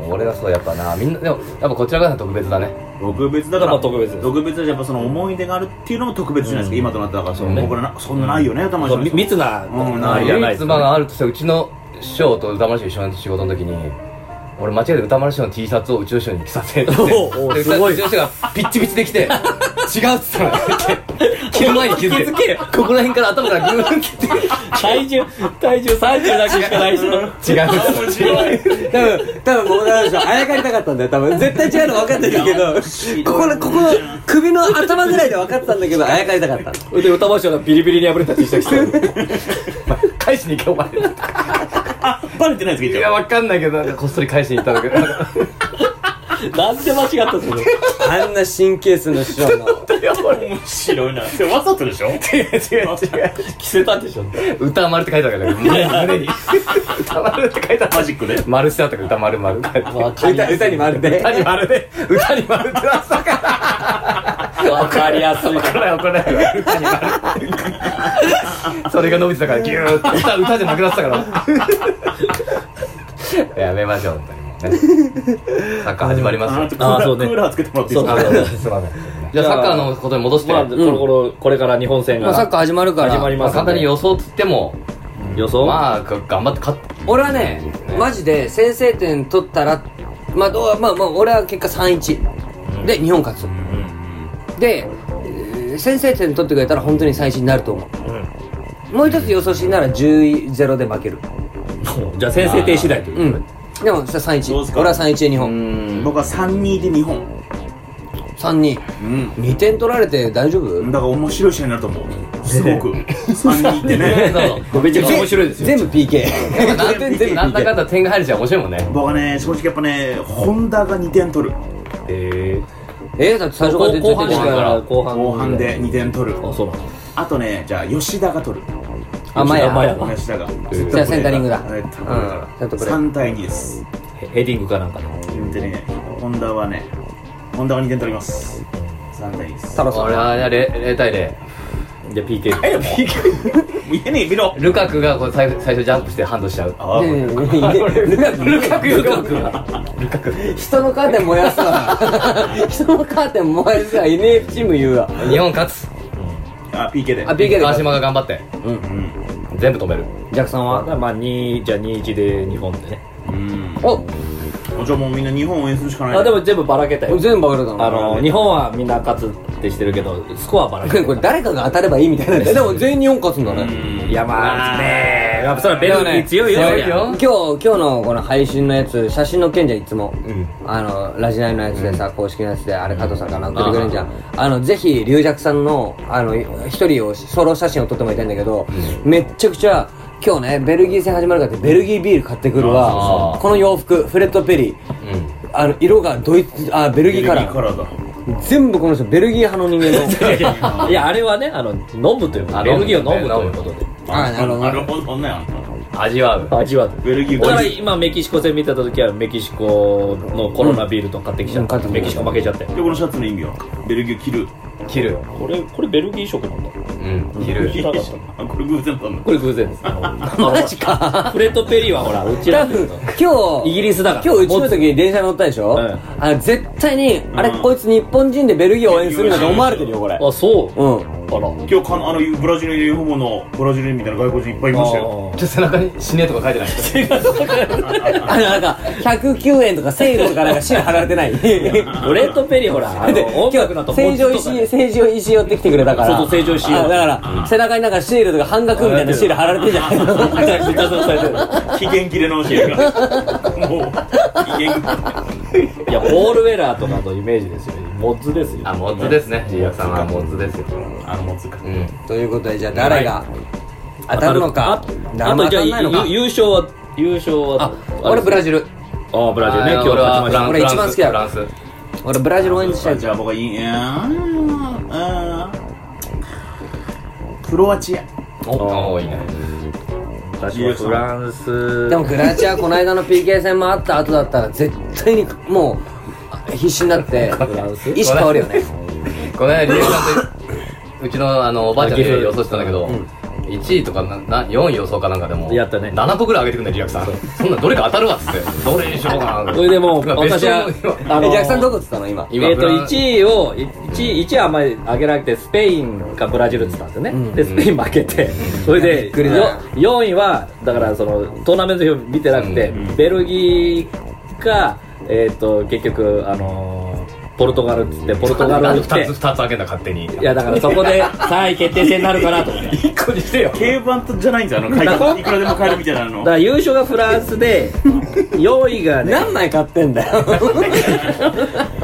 俺はそうやっぱなみんなでもやっぱこちらが特別だね
特別だか
ま
ら
あ特別です
特別だしやっぱその思い出があるっていうのも特別じゃないですか、今となったらだからその、
ね
僕らなそんなないよね玉
そうみ
島
密な
うん
あれじゃない
唯
で
一
す
まがあるとしてうちの師匠と歌丸師匠一緒の仕事の時に俺間違えて歌丸師匠の T シャツをうちの師匠に着させて
おうおう
です
ごいう
ちの師匠がピッチピチでき て違うっつった の着る前に気づいて
気づけよ
ここら辺から頭からギューンって
体重体重30だけしかない人
違うっつっ
面白い
多分多分僕歌若い師匠あやかりたかったんだよ多分絶対違うの分かってるけどここのここの首の頭ぐらいで分かってたんだけどあやかりたかった
で歌丸師匠がビリビリに破れた T シャツ着てる
て返しに行けお前い
バレてないですけど
やわかんないけどなんかこっそり返しに行ったんだけど なんか
なんで間違ったんです
あんな神経質の師匠の
面白いなそれわざと でしょ違う違う違う
着せたんでしょ
歌丸って書いてあるから胸に歌丸って書いてある
マジックで
丸してあったから歌丸丸書いて
わかりや
歌
すい
歌にもあるんで
歌に丸で歌に丸ってなったから
わかりやすい
怒らない怒らない歌に丸それが伸びてたからギューッ歌歌じゃなくなってたからやめましょう本当にもうねサッカー始まりますよ
あーそうね
クーラーつけてもらっていい
そ
で
うそう
すか
そう
すいませんじゃあサッカーのことに戻して
まあ、この頃これから日本戦
ま
が
あサッカー始まるから
始まり
ま
ま
あ
すん
簡
で
単に予想つっても
予想
まあが頑張って勝っ
俺はねマジで先制点取ったらまあどうまあまあ俺は結果3-1で日本勝つでえー先制点取ってくれたら本当に最1になると思うもう一つ予想しなら10-0で負ける
じゃあ先制点次第というう、
んでもさ
どうです
3-1
か
俺は3-1で日本
僕は3-2で日本
3-2
うん
2点取られて大丈夫
だから面白い試合になると思うすごく3-2っ てね
これめちゃくちゃ面白いですよ
全部 PK
何点全部なんだかんだ点が入るじゃ面白いもんね
僕はね正直やっぱねホンダが2点取る
え
えーだって最初から
後
絶対
半
出て
だ
る
か
からら
後半
後半で2点取る
あそうなの
あとねじゃあ吉田が取る
甘
甘い
や
甘い
吉田が
じゃあセンタリングだ
えっとこれか
う
ら
んセットプレー
3対2です
ヘディングかなんかの
え決めてねホンダはねホンダは2点取ります3対1です
タロさん
俺は0 0対0
じゃあ PK
え PK 見えねえ見ろ
ルカクがこう最最初ジャンプしてハンドしちゃう
あ
ねえねえねえ ルカクルカクルカク人のカーテン燃やすな 人のカーテン燃や すな NF チーム言うわ
日本勝つ
あ PK で
あ PK で
川島が頑張って
うん
全部止める
ジャクさんは
まあ2じゃあ21で日本でね
うん
お
じゃあもうみんな日本応援するしかない
あでも全部ばらけたよ
全部バグだな
あの日本はみんな勝つってしてるけどスコアはばらけ
こ
た
れ誰かが当たればいいみたいなでも全員日本勝つんだ
う
ね
ん
いやまあねやっぱそれはベ
で
ル
も
ギ
ね
ー強いよ
強い
そりゃ
よ
今日今日のこの配信のやつ写真の件じゃんいつも、あのラジナイのやつでさ、公式のやつであれ加藤さんかな送ってくれんじゃんあのぜひ龍尺さんのあの一人をソロ写真を撮ってもらいたいんだけど、めっちゃくちゃ今日ねベルギー戦始まるからってベルギービール買ってくる
あ
わ
ー
この洋服フレッド・ペリー
うん
あの色がドイツあベルギーカラー
カラーだ
全部この人ベルギー派の人間の
いやあれはねあの飲むというか
あ
ベルギーを飲む
飲む
ということで
あなるほど
なるほどね
味わう
味わう
ベルギー
俺は今メキシコ戦見てた時はメキシコのコロナビールとか買ってきちゃっ
うん
た
うん
メキシコ負けちゃって
でこのシャツの意味はベルギーを着る
切る
これこれベルギー色なんだ
うん切る
あこれ偶然なんだ
これ偶然です マジかフレット・ペリーはほらう ち
多
ら
分
の
今日
イギリスだから
今日うちの時に電車乗ったでしょ、
うん
あ絶対に、あれ
うん
こいつ日本人でベルギーを応援するなんて思われてるよこれ
あそう
うん
あら
今日かあのブラジルユニフォームのブラジルみたいな外国人いっぱいいましたよ
ちょ背中に死ねとか書いてない
あのなんか109円とかセールとかなんかシール貼られてない で
フレット・ペリーほらあの音楽だ
今
と
日成城石 井成城石井寄ってきてくれたから
そうそう成城石井
あだから、背中になんかシールとか半額みたいなシール貼られてるじゃん
期限切れの教えがもう期限
いやボールウェラーとかのイメージですよモッズですよ
あモッツですねジーヤさんはモッツですよ
あの持つか
うん
ということでじゃあ誰が当たるの
あ
か
あ
あん
と
ま
じ
当
ゃ
たんな
あ
いのか
ゆ優勝は優勝は
あ俺ブラジル
ああブラジルね今日
俺は
勝
フ
ちま
ランス
俺一番好きだ
フランス
俺ブラジル応援したい
じゃあ僕はいいやクロアチア
おおいいね
した私はフランス
でもクラチアこの間の PK 戦もあった後だったら絶対にもうあ必死になって意識変わるよね
この間リエさんとうちのあのおばあちゃんで予想してたんだけど1位とかなな4位予想かなんかでも
やったね
7個ぐらい上げてくんだよリアクさんそんなどれか当たるわっつってどれにしようかな
それでもう
今ベス
私
ト
は
4
あ
え
の
ジャックさんどこっつったの今
今
えー、
ブ
と
ラ
1位をい1位一位はあんまり上げられてスペインかブラジルって言ったんですよね、でスペイン負けて、それ
び
で
っくりだな
4位はだからそのトーナメント表見てなくて、
う
ベルギーか、えー、と結局、あのーポルトガルっつってポルトガルに来
2
て
つ2つ開けんだ勝手に
いやだからそこ で3位決定戦になるかなと思って
1個にしてよ
競馬じゃないんですよあのいくらでも買えるみたいなの
だから優勝がフランスで4位がね
何枚買ってんだよ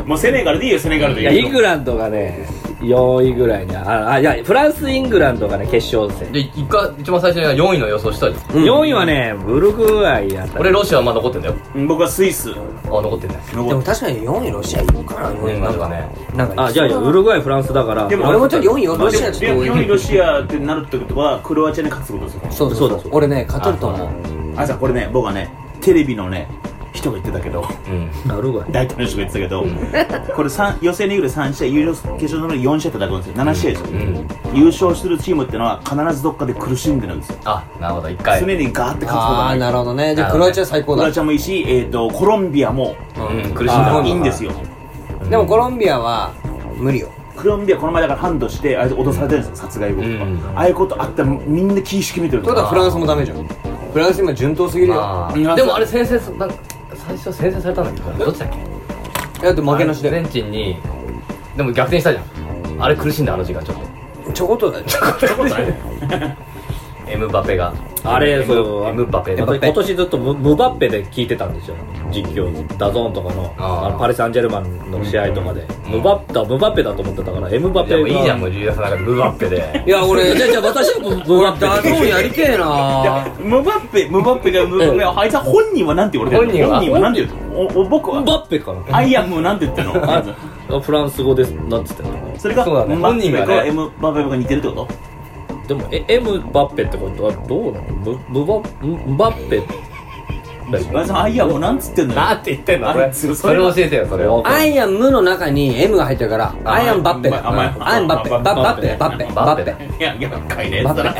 もうセネガルでいいよセネガルで
いやイングランドがね4位ぐらいにああいやフランスイングランドがね決勝戦
で一回一番最初に4位の予想したじゃん
4位はね、ブルグアイやった。
俺ロシアはまだ残ってんだよ
僕はスイス
あ残ってんだよ
でも確かに4位ロシアいるから4
ね
位
な
なんん
か
か
ね
なんか
あ、じゃあ、ウルグアイ、フランスだから。
でも
俺もちょっと4位よロシアちょっと多い
4位ロシアってなるってことはクロアチアに勝つことですよ
そうそうそう
そうだ
俺ね勝てると思う
あじゃあこれね僕はねテレビのね人が言ってたけど
うん
あウルグアイ。
大体の人が言ってたけ ど、これ三予選リーグで3試合優勝決勝の4試合戦うんですよ7試合ですよ、
うん
優勝するチームってのは必ずどっかで苦しんでるんですよ、
あなるほど1回
常にガーって勝つこと
ああな
がない
るほどねじゃあクロアチア最高
クロ
だ
アチアもいいし、えー、とコロンビアも
うん苦しん
あ
だ
ー
いいんですよ
でもコロンビアは無理よ
コロンビアこの前だからハンドしてあいつ脅されてるんですよ殺害後とか、
うん
ああいうことあってもみんな気意識見てる
ってことはフランスもダメじゃんフランス今順当すぎるよ
まあでもあれ先制すなんか最初先制されたんだけどどっちだっけ
だって負けなし
アルゼ
で
ンチンにでも逆転したじゃんあれ苦しんだあの時間ちょっと
ちょこっとだよ
エムバペが
あれ、そう、
エムバペ
やっぱり今年ずっとムムバッペで聞いてたんですよ。実況、ダゾーンとかの、
あー
あのパリ・サンジェルマンの試合とかで。ムバッペだ、ムバッペだと思ってたから、エムバ
で
ペ
も
が。
いいじゃんもうリーダーさんなんかムバッペで
いや 俺
じゃあ、じゃあ、私はムムバッペ
ダゾーンやりてえな
ムバッペムバッペがムバッペあいつは本人はなんて言われてるの
本人は
なんて言うのおお僕
ム
は
バッペかな
アイアムなんて言ってるのまず
あフランス語です、なんつってんの
それが
そうだね
ムバッペ
本人が
が
ね
エムバペが似てるってこと
でも、えエムバッペってことはどうなのムムバムムバッペ
バイさんアイアンもなんつってんのよ
なんて言ってんのこれ
あそれ
それ教えてよそれを
アイアンムの中に M が入ってるから
あ
アイアンバッペ
あまあ
アイアンバッペ
まあ
バ
まあ
ッペバッペ
バ
バ
ッペ
ッペ
だ
バッペ
いや厄介なやつだな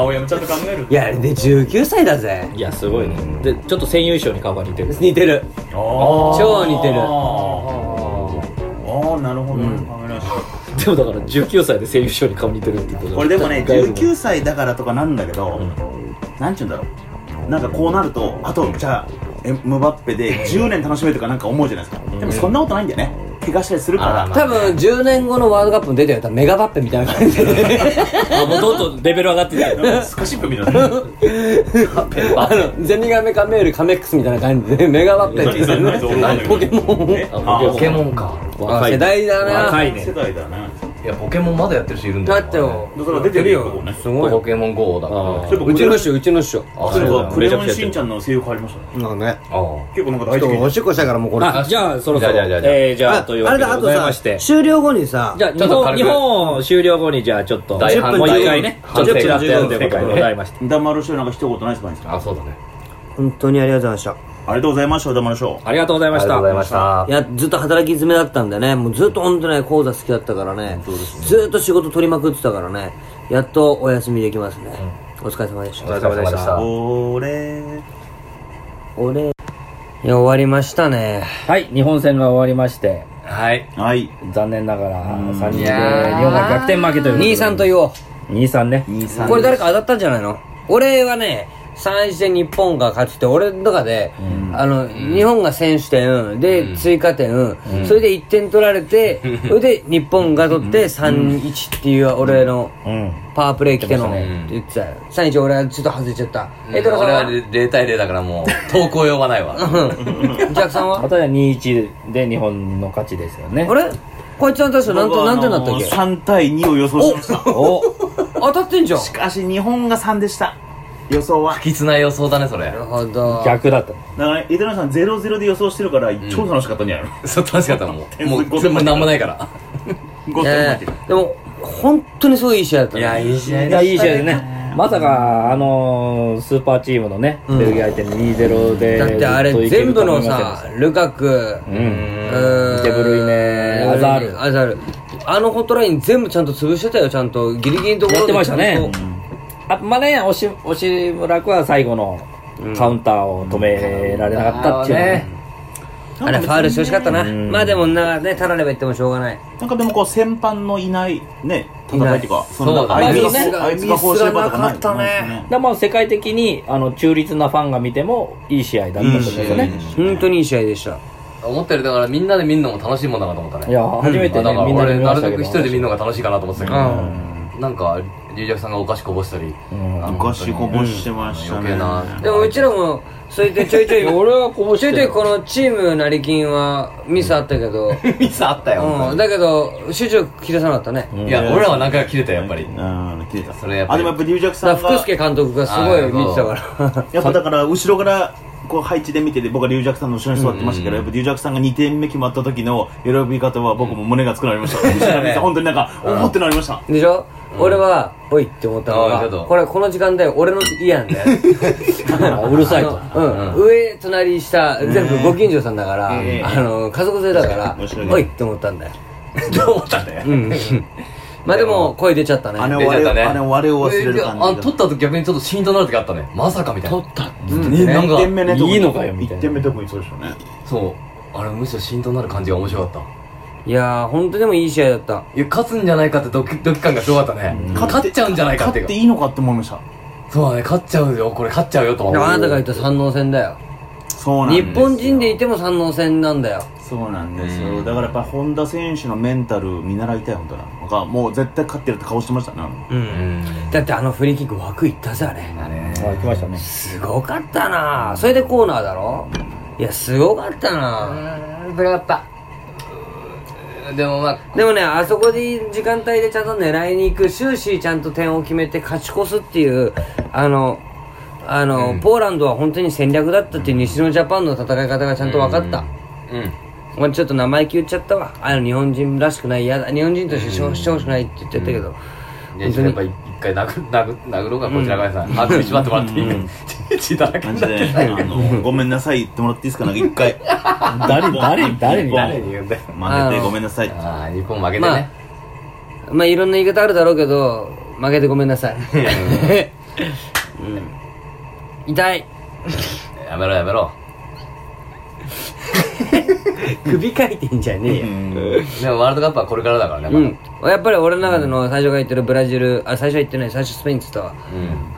母親もちゃんと考える
いやで19歳だぜ
いやすごいねでちょっと戦友賞に顔が似てる
似てる
あー
超似てる
ああなるほど、考えました
でもだから19歳で声優賞に顔似てるって言ってた
これでもね
だいぶ
19歳だからとかなんだけど、なんちゅうんだろうなんかこうなるとあとじゃあエムバッペで10年楽しめるとかなんか思うじゃないですか、でもそんなことないんだよね怪我したりするから
あーま
多分10年後のワールドカップに出てる多分メガバッペみたいな感じで
あもうどんどんレベル上がってきてる
なんかスカシップみたいな
あのゼニガメかメールカメックスみたいな感じでメガバッペって言
何
う
それ
ね
何そ
ポケ
れ
モン
え
あポケモンか
あ世代だな
若いね
世代だね
いやポケモンまだやってる人いるんだ
だ
よ
ってよ
だから出てるよここね
すごい
ポ
よ
ケモン GO だから
あ
ね
ー
それ
う
僕
ちの師匠うちの師匠
あ
それ
そう
は
だ
クレヨンしんちゃんの声優変わりましたね
なんね
あ
結構なんか
ちょ
大
っ
好
とお
き
しっこしたからもうこれ
あじゃあそろそろ
じゃあじゃあじゃあ
えーじゃあ
あ
というわけでございまして
終了後にさ
じゃあ日
ちょっと
本
軽
日
く
本終了後にじゃあちょっと
大反
もう一回ね
大
ちょっと
反省
やってということでございました
歌丸師匠なんか一言ないですかね
あそうだね
本当にありがとうございまし
ありがとうございました歌丸師匠
ありがとうござい
あ
ま
り
し
がとう
た
ございました
たいやずっと働き詰めだったんでねもうずっと本当ね講座好きだったからねずっと仕事取りまくってたからねやっとお休みできますねお疲れ様でし
お
た
疲れ様でした
俺
俺いや終わりましたね
はい日本戦が終わりまして
はい
はい
残念ながら3人で日
いやー
本が逆転負けという
兄さんと言おう
2三ね
23
これ誰か当たったんじゃないの俺はね3一で日本が勝ちって俺の中で、あの日本が先取点で、追加点、それで1点取られて、それで日本が取って3 1っていう俺の
うん
パワープレイ来ての、
言ってま
って言ってたよ3 1俺はちょっと外れちゃった、え
え
えと
俺
かさん
は
は
0対0だからも う投稿呼ばないわ
うん ジャックさんは
また2-1で日本の勝ちですよね
あれこいつは確か何点何点だったっけ
3対2を予想しました
お
当たってんじゃん
しかし日本が3でした予想は
不吉な予想だねそれ
なるほど
逆だった
だから井戸田さん0-0で予想してるから超楽しかったんじゃないの、
そう楽しかったのもうもう
ご
全部なんもないから
ご
い
めん
やいやでも本当にすごいいい試合だったね
いい試合
いやいい試合でねまさかあのースーパーチームのねベルギー相手に2-0で
だってあれ
ずといけ
全
ると
部
思
の
いません
さ
でした
ルカク
う
うん
うん
デブルイネアザール
アザールあのホットライン全部ちゃんと潰してたよちゃんとギリギリのところで
やってましたね
ちゃんと
あまあね押し押し村君は最後のカウンターを止められなかったっていうのはね
あれファールしてほしかったな
うん
まあでもなねタラレバ言ってもしょうがない
なんかでもこう先般のいないね戦いっていうか
い
の
そうだね
あいつ
ミス
が
が
あいつがこうすればとかない
ミスがなかったね
ないです
だまあ世界的にあの中立なファンが見てもいい試合だったと思うんですよね
本当にいい試合でした
思ったよりだからみんなで見るのも楽しいもんだなと思ったね
いや初めて
あだ
ね
から
みんなで
俺
見
な
まし
る
たけ
べ
ど
く一人で見るのが楽しいかなと思ってたけ
う
どなんか龍尺さんがお菓子こぼしたり
うん
あの
お菓子こぼしてましたね
うん余計な
でもうちらもそれでちょいちょい
俺はこぼし
ちょ
て
い
る
ちょいこのチームなりきんはミスあったけど
ミスあったよ
うんだけど集中力切れさなかったね
いや俺らは何回か切れたよやっぱり
うん切れた
それやっぱ
あで
り
もやっぱ龍尺さ
だ
ん
から福
が
助監督がすごい見てたから
やっぱだから後ろからこう配置で見てて僕は龍尺さんの後ろに座ってましたけど、やっぱ龍尺さんが2点目決まった時の選び方は僕も胸が熱くなりました、後ろ見て本当になんかおおってなりました
でしょ俺はおいって思ったの
あーちょっと
がこれこの時間で俺の嫌なんだよ
うるさいと
うん、上隣下全部ご近所さんだから、あの家族連れだから
面白いね
おいって思ったんだよ
どう思ったんだよ
まあでも声出ちゃった
あれ
ね
を
出
我
ちゃっ
を
たね
あれを我を忘れる感
あ
じ
取った時逆にちょっとシーンとなる時あったねまさかみたいな取ったね
で
なん
1
か
点目ね特に
いいのかよみたいな
1点目特にそうでしたね
そうあれむしろシーンとなる感じが面白かった
いやー本当でもいい試合だった
いや勝つんじゃないかってドキドキ感がすごかったね勝っちゃうんじゃないかって
勝っ
いうか
ていいのかって思いました
そうだね勝っちゃうよこれ勝っちゃうよと
だ
は
か
思う
らあなたが言った三能戦だよ
そうなんで
日
す
本人でいても三能戦なんだよ
そうなんですよ、だからやっぱ本田選手のメンタル見習いたい本当なのがもう絶対勝ってるって顔してましたね
う
うんん
だってあのフリーキック枠いったぜあれ
だね
あ来ましたね
すごかったなそれでコーナーだろいやすごかった
う
な
ーんすごかったうーんでもまあ
でもねあそこで時間帯でちゃんと狙いに行く終始ちゃんと点を決めて勝ち越すっていうあのあの、ポーランドは本当に戦略だったっていう西のジャパンの戦い方がちゃんと分かった、
うん
まあちょっと生意気言っちゃったわあの日本人らしくない嫌だ日本人としてしょしてほしくないって言ってたけど、
いややっぱ一回殴殴殴ろうかこちら側さん歯食いしばってもらっていいか
うん
血 血だらけ
マ
に
ジ
なって
で、あの、ごめんなさい言ってもらっていいですかなんか一回。
誰誰誰に
一本
誰に言うんだよ
真似てごめんなさい。
ああ日本負けて
ま
ね
あ、まあいろんな言い方あるだろうけど負けてごめんなさい、うん、痛い
やめろやめろ
首回転じゃねえよ
でもワールドカップはこれからだからね
う
まだ
ん、やっぱり俺の中での最初が言ってるブラジルあ最初は言ってない最初スペインっつったわ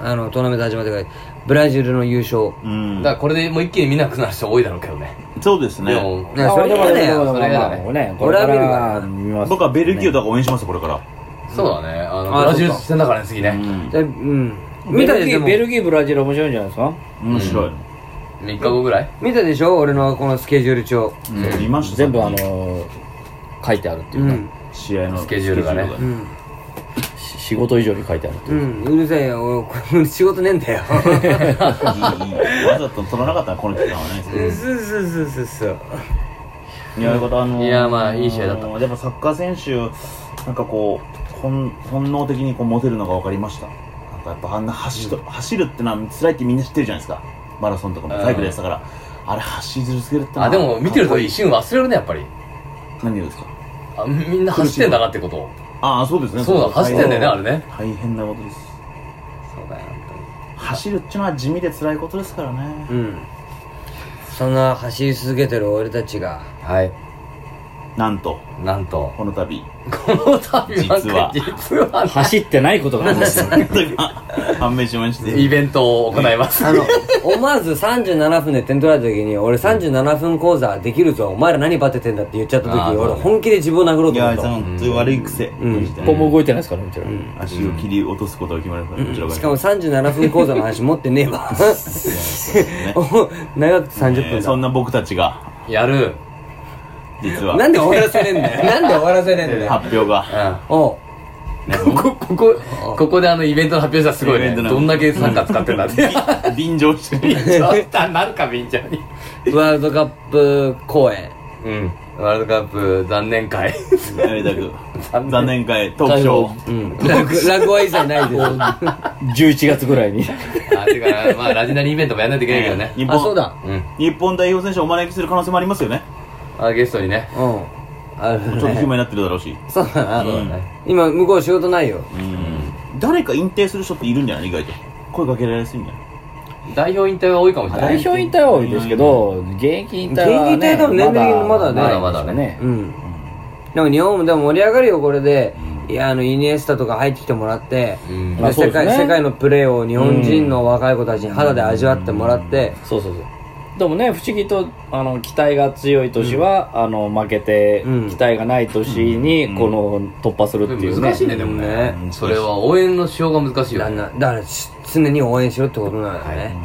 うん
あのトーナメント始まってからブラジルの優勝
うん。
だからこれでもう一気に見なくなる人多いだろうけどね
そうですね
で。も
ねそれがね
もそれがね
ね
俺は見るから
これ見ます
僕はベルギーをだから応援しますよ、これから。
そうだねあの
あ
ブラジル
そっか
戦だからね次ね
でうん見
ベ
た
ル
で
ギ
しょ
ーベルギーブラジル面白いんじゃないですか
面白い。
3日後ぐらい
見たでしょ俺のこのスケジュール帳
そう見ました
全部あの
さっ
書いてあるって
う
いうか、
ん
き試合の
スケジュールがね
スケジ
うん
し仕事以上に書いてあるって
う
いう、
んうるせえよ 俺仕事ねえんだよ
がいいいいわざと取らなかったらこの期間はね。
そうそうそうそうそう
いや、だからあのー
いやまあいい試合だった
やっぱサッカー選手、なんかこう、本本能的にこうモテるのが分かりました。なんかやっぱあんな走,、と走るってのは辛いってみんな知ってるじゃないですか。マラソンとかも
うん
体育でやってたから。あれ走り続けるってのは
あでも見てると一瞬忘れるねやっぱり
何をですか
あみんな走ってんだなってこと
ああ、そうですね。
そうだ走ってんだよねあ
れ。
れね
大変なことです。
そうだよ
走るっていうのは地味で辛いことですからね。
うんそんな走り続けてる俺たちが
はい
なんと、
なんと
この 度、
この度なんか実はね
走ってないことがあるんですよ
判明しまして。
イベントを行います
あの思わず37分で点取られた時に俺37分講座できるぞお前ら何バテてんだって言っちゃった時
あー
俺本気で自分を殴ろう
い
と思
や、
ったわ
本当に悪い癖。
ん
マジで
一歩も動いてないですからねうちら、
足を切り落とすことが決まるから、こちらが
しかも37分講座の話持ってねえわ お長くて30
えー
分
そ
だ、
んな僕たちが
やる
実は
なんで終わらせれんだよなんで終わらせれんだよ
発表が
うん
おう
ここ、ここ、 ここであのイベントの発表したらすごい
イベ
ね。
ントな
どんだけ参加使ってんだって。
便乗してる
ちょっとなるか、みんちゃんに。
ワールドカップ公演
うん。ワールドカップ残念 会。
有田君残念会トークショー
うん落落語は一切ないですあ
11月ぐらいに
あ、てか、まあ、ラジナリーイベントもやんないといけないけどね。
日本
そうだ
うん。
日本代表選手をお招きする可能性もありますよね
あ、ゲストにね。
うんあ
ち
の
ょっと暇になってるだろうし
そうだな
そうだね。
今向こう仕事ないよ
うん誰か引退する人っているんじゃない意外と声かけられやすいんじゃない
代表引退は多いかもしれな
代
い。
表引退は多いですけど現役引退は、ね、
現役引退多分年齢的にまだね
まだまだね
うんでも日本もでも盛り上がるよこれでいやあのイニエスタとか入ってきてもらって
うん
で
まあそう
世
ですね
界世界のプレーを日本人の若い子たちに肌で味わってもらって
そうそうそうでもね不思議とあの期待が強い年は、あの負けて、
うん
期待がない年に、
うん
この突破するっていうね
難しいね、でもね
う。ん
それは応援のしようが難しいよ
だ。なだからし常に応援しろってことなんだね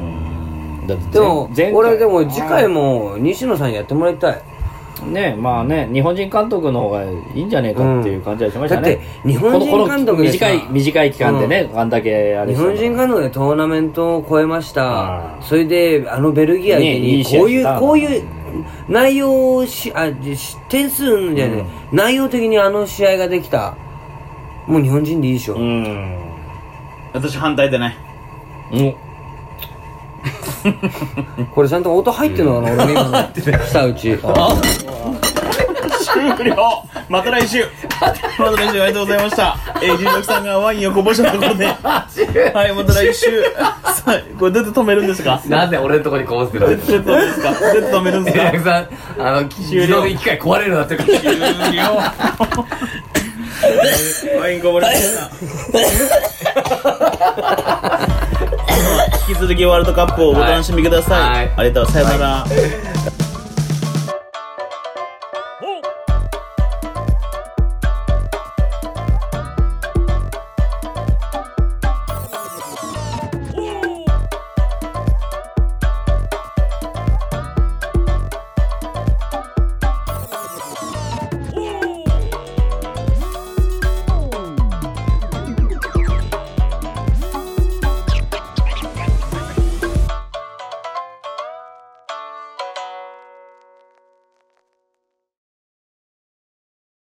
だっ
で
て
も
前回
俺でも次回も西野さんにやってもらいたい
ねまあね日本人監督の方がいいんじゃねえかっていう感じはしましたね、
うんだって日本人
この
監督
こ
で
の
すか
短い短い期間でね、あんだけあ
日
れしたの
本人監督でトーナメントを超えました
う、ん
それであのベルギー相手
ねい
に
い試合
こうい
し
う、
た
こういう内容をしあし点数じゃない、内容的にあの試合ができた、もう日本人でいいでしょ、
うん
私反対でね
うん
これちゃんと音入ってるのかな、俺 の今の下打ち。
終了また来週また来週ありがとうございましたえー、純六さんがワインをこぼしたところではいまた来週さあこれどうやって止めるんですか
なぜ俺のとこにこぼすの
ど うやって止めるんですかどうやって止めるんですか
平さん、あの、自動で機械壊れるなってるから。
ワインこぼれました。 引き続きワールドカップをお楽しみください。
はい
ありがとう。さよなら。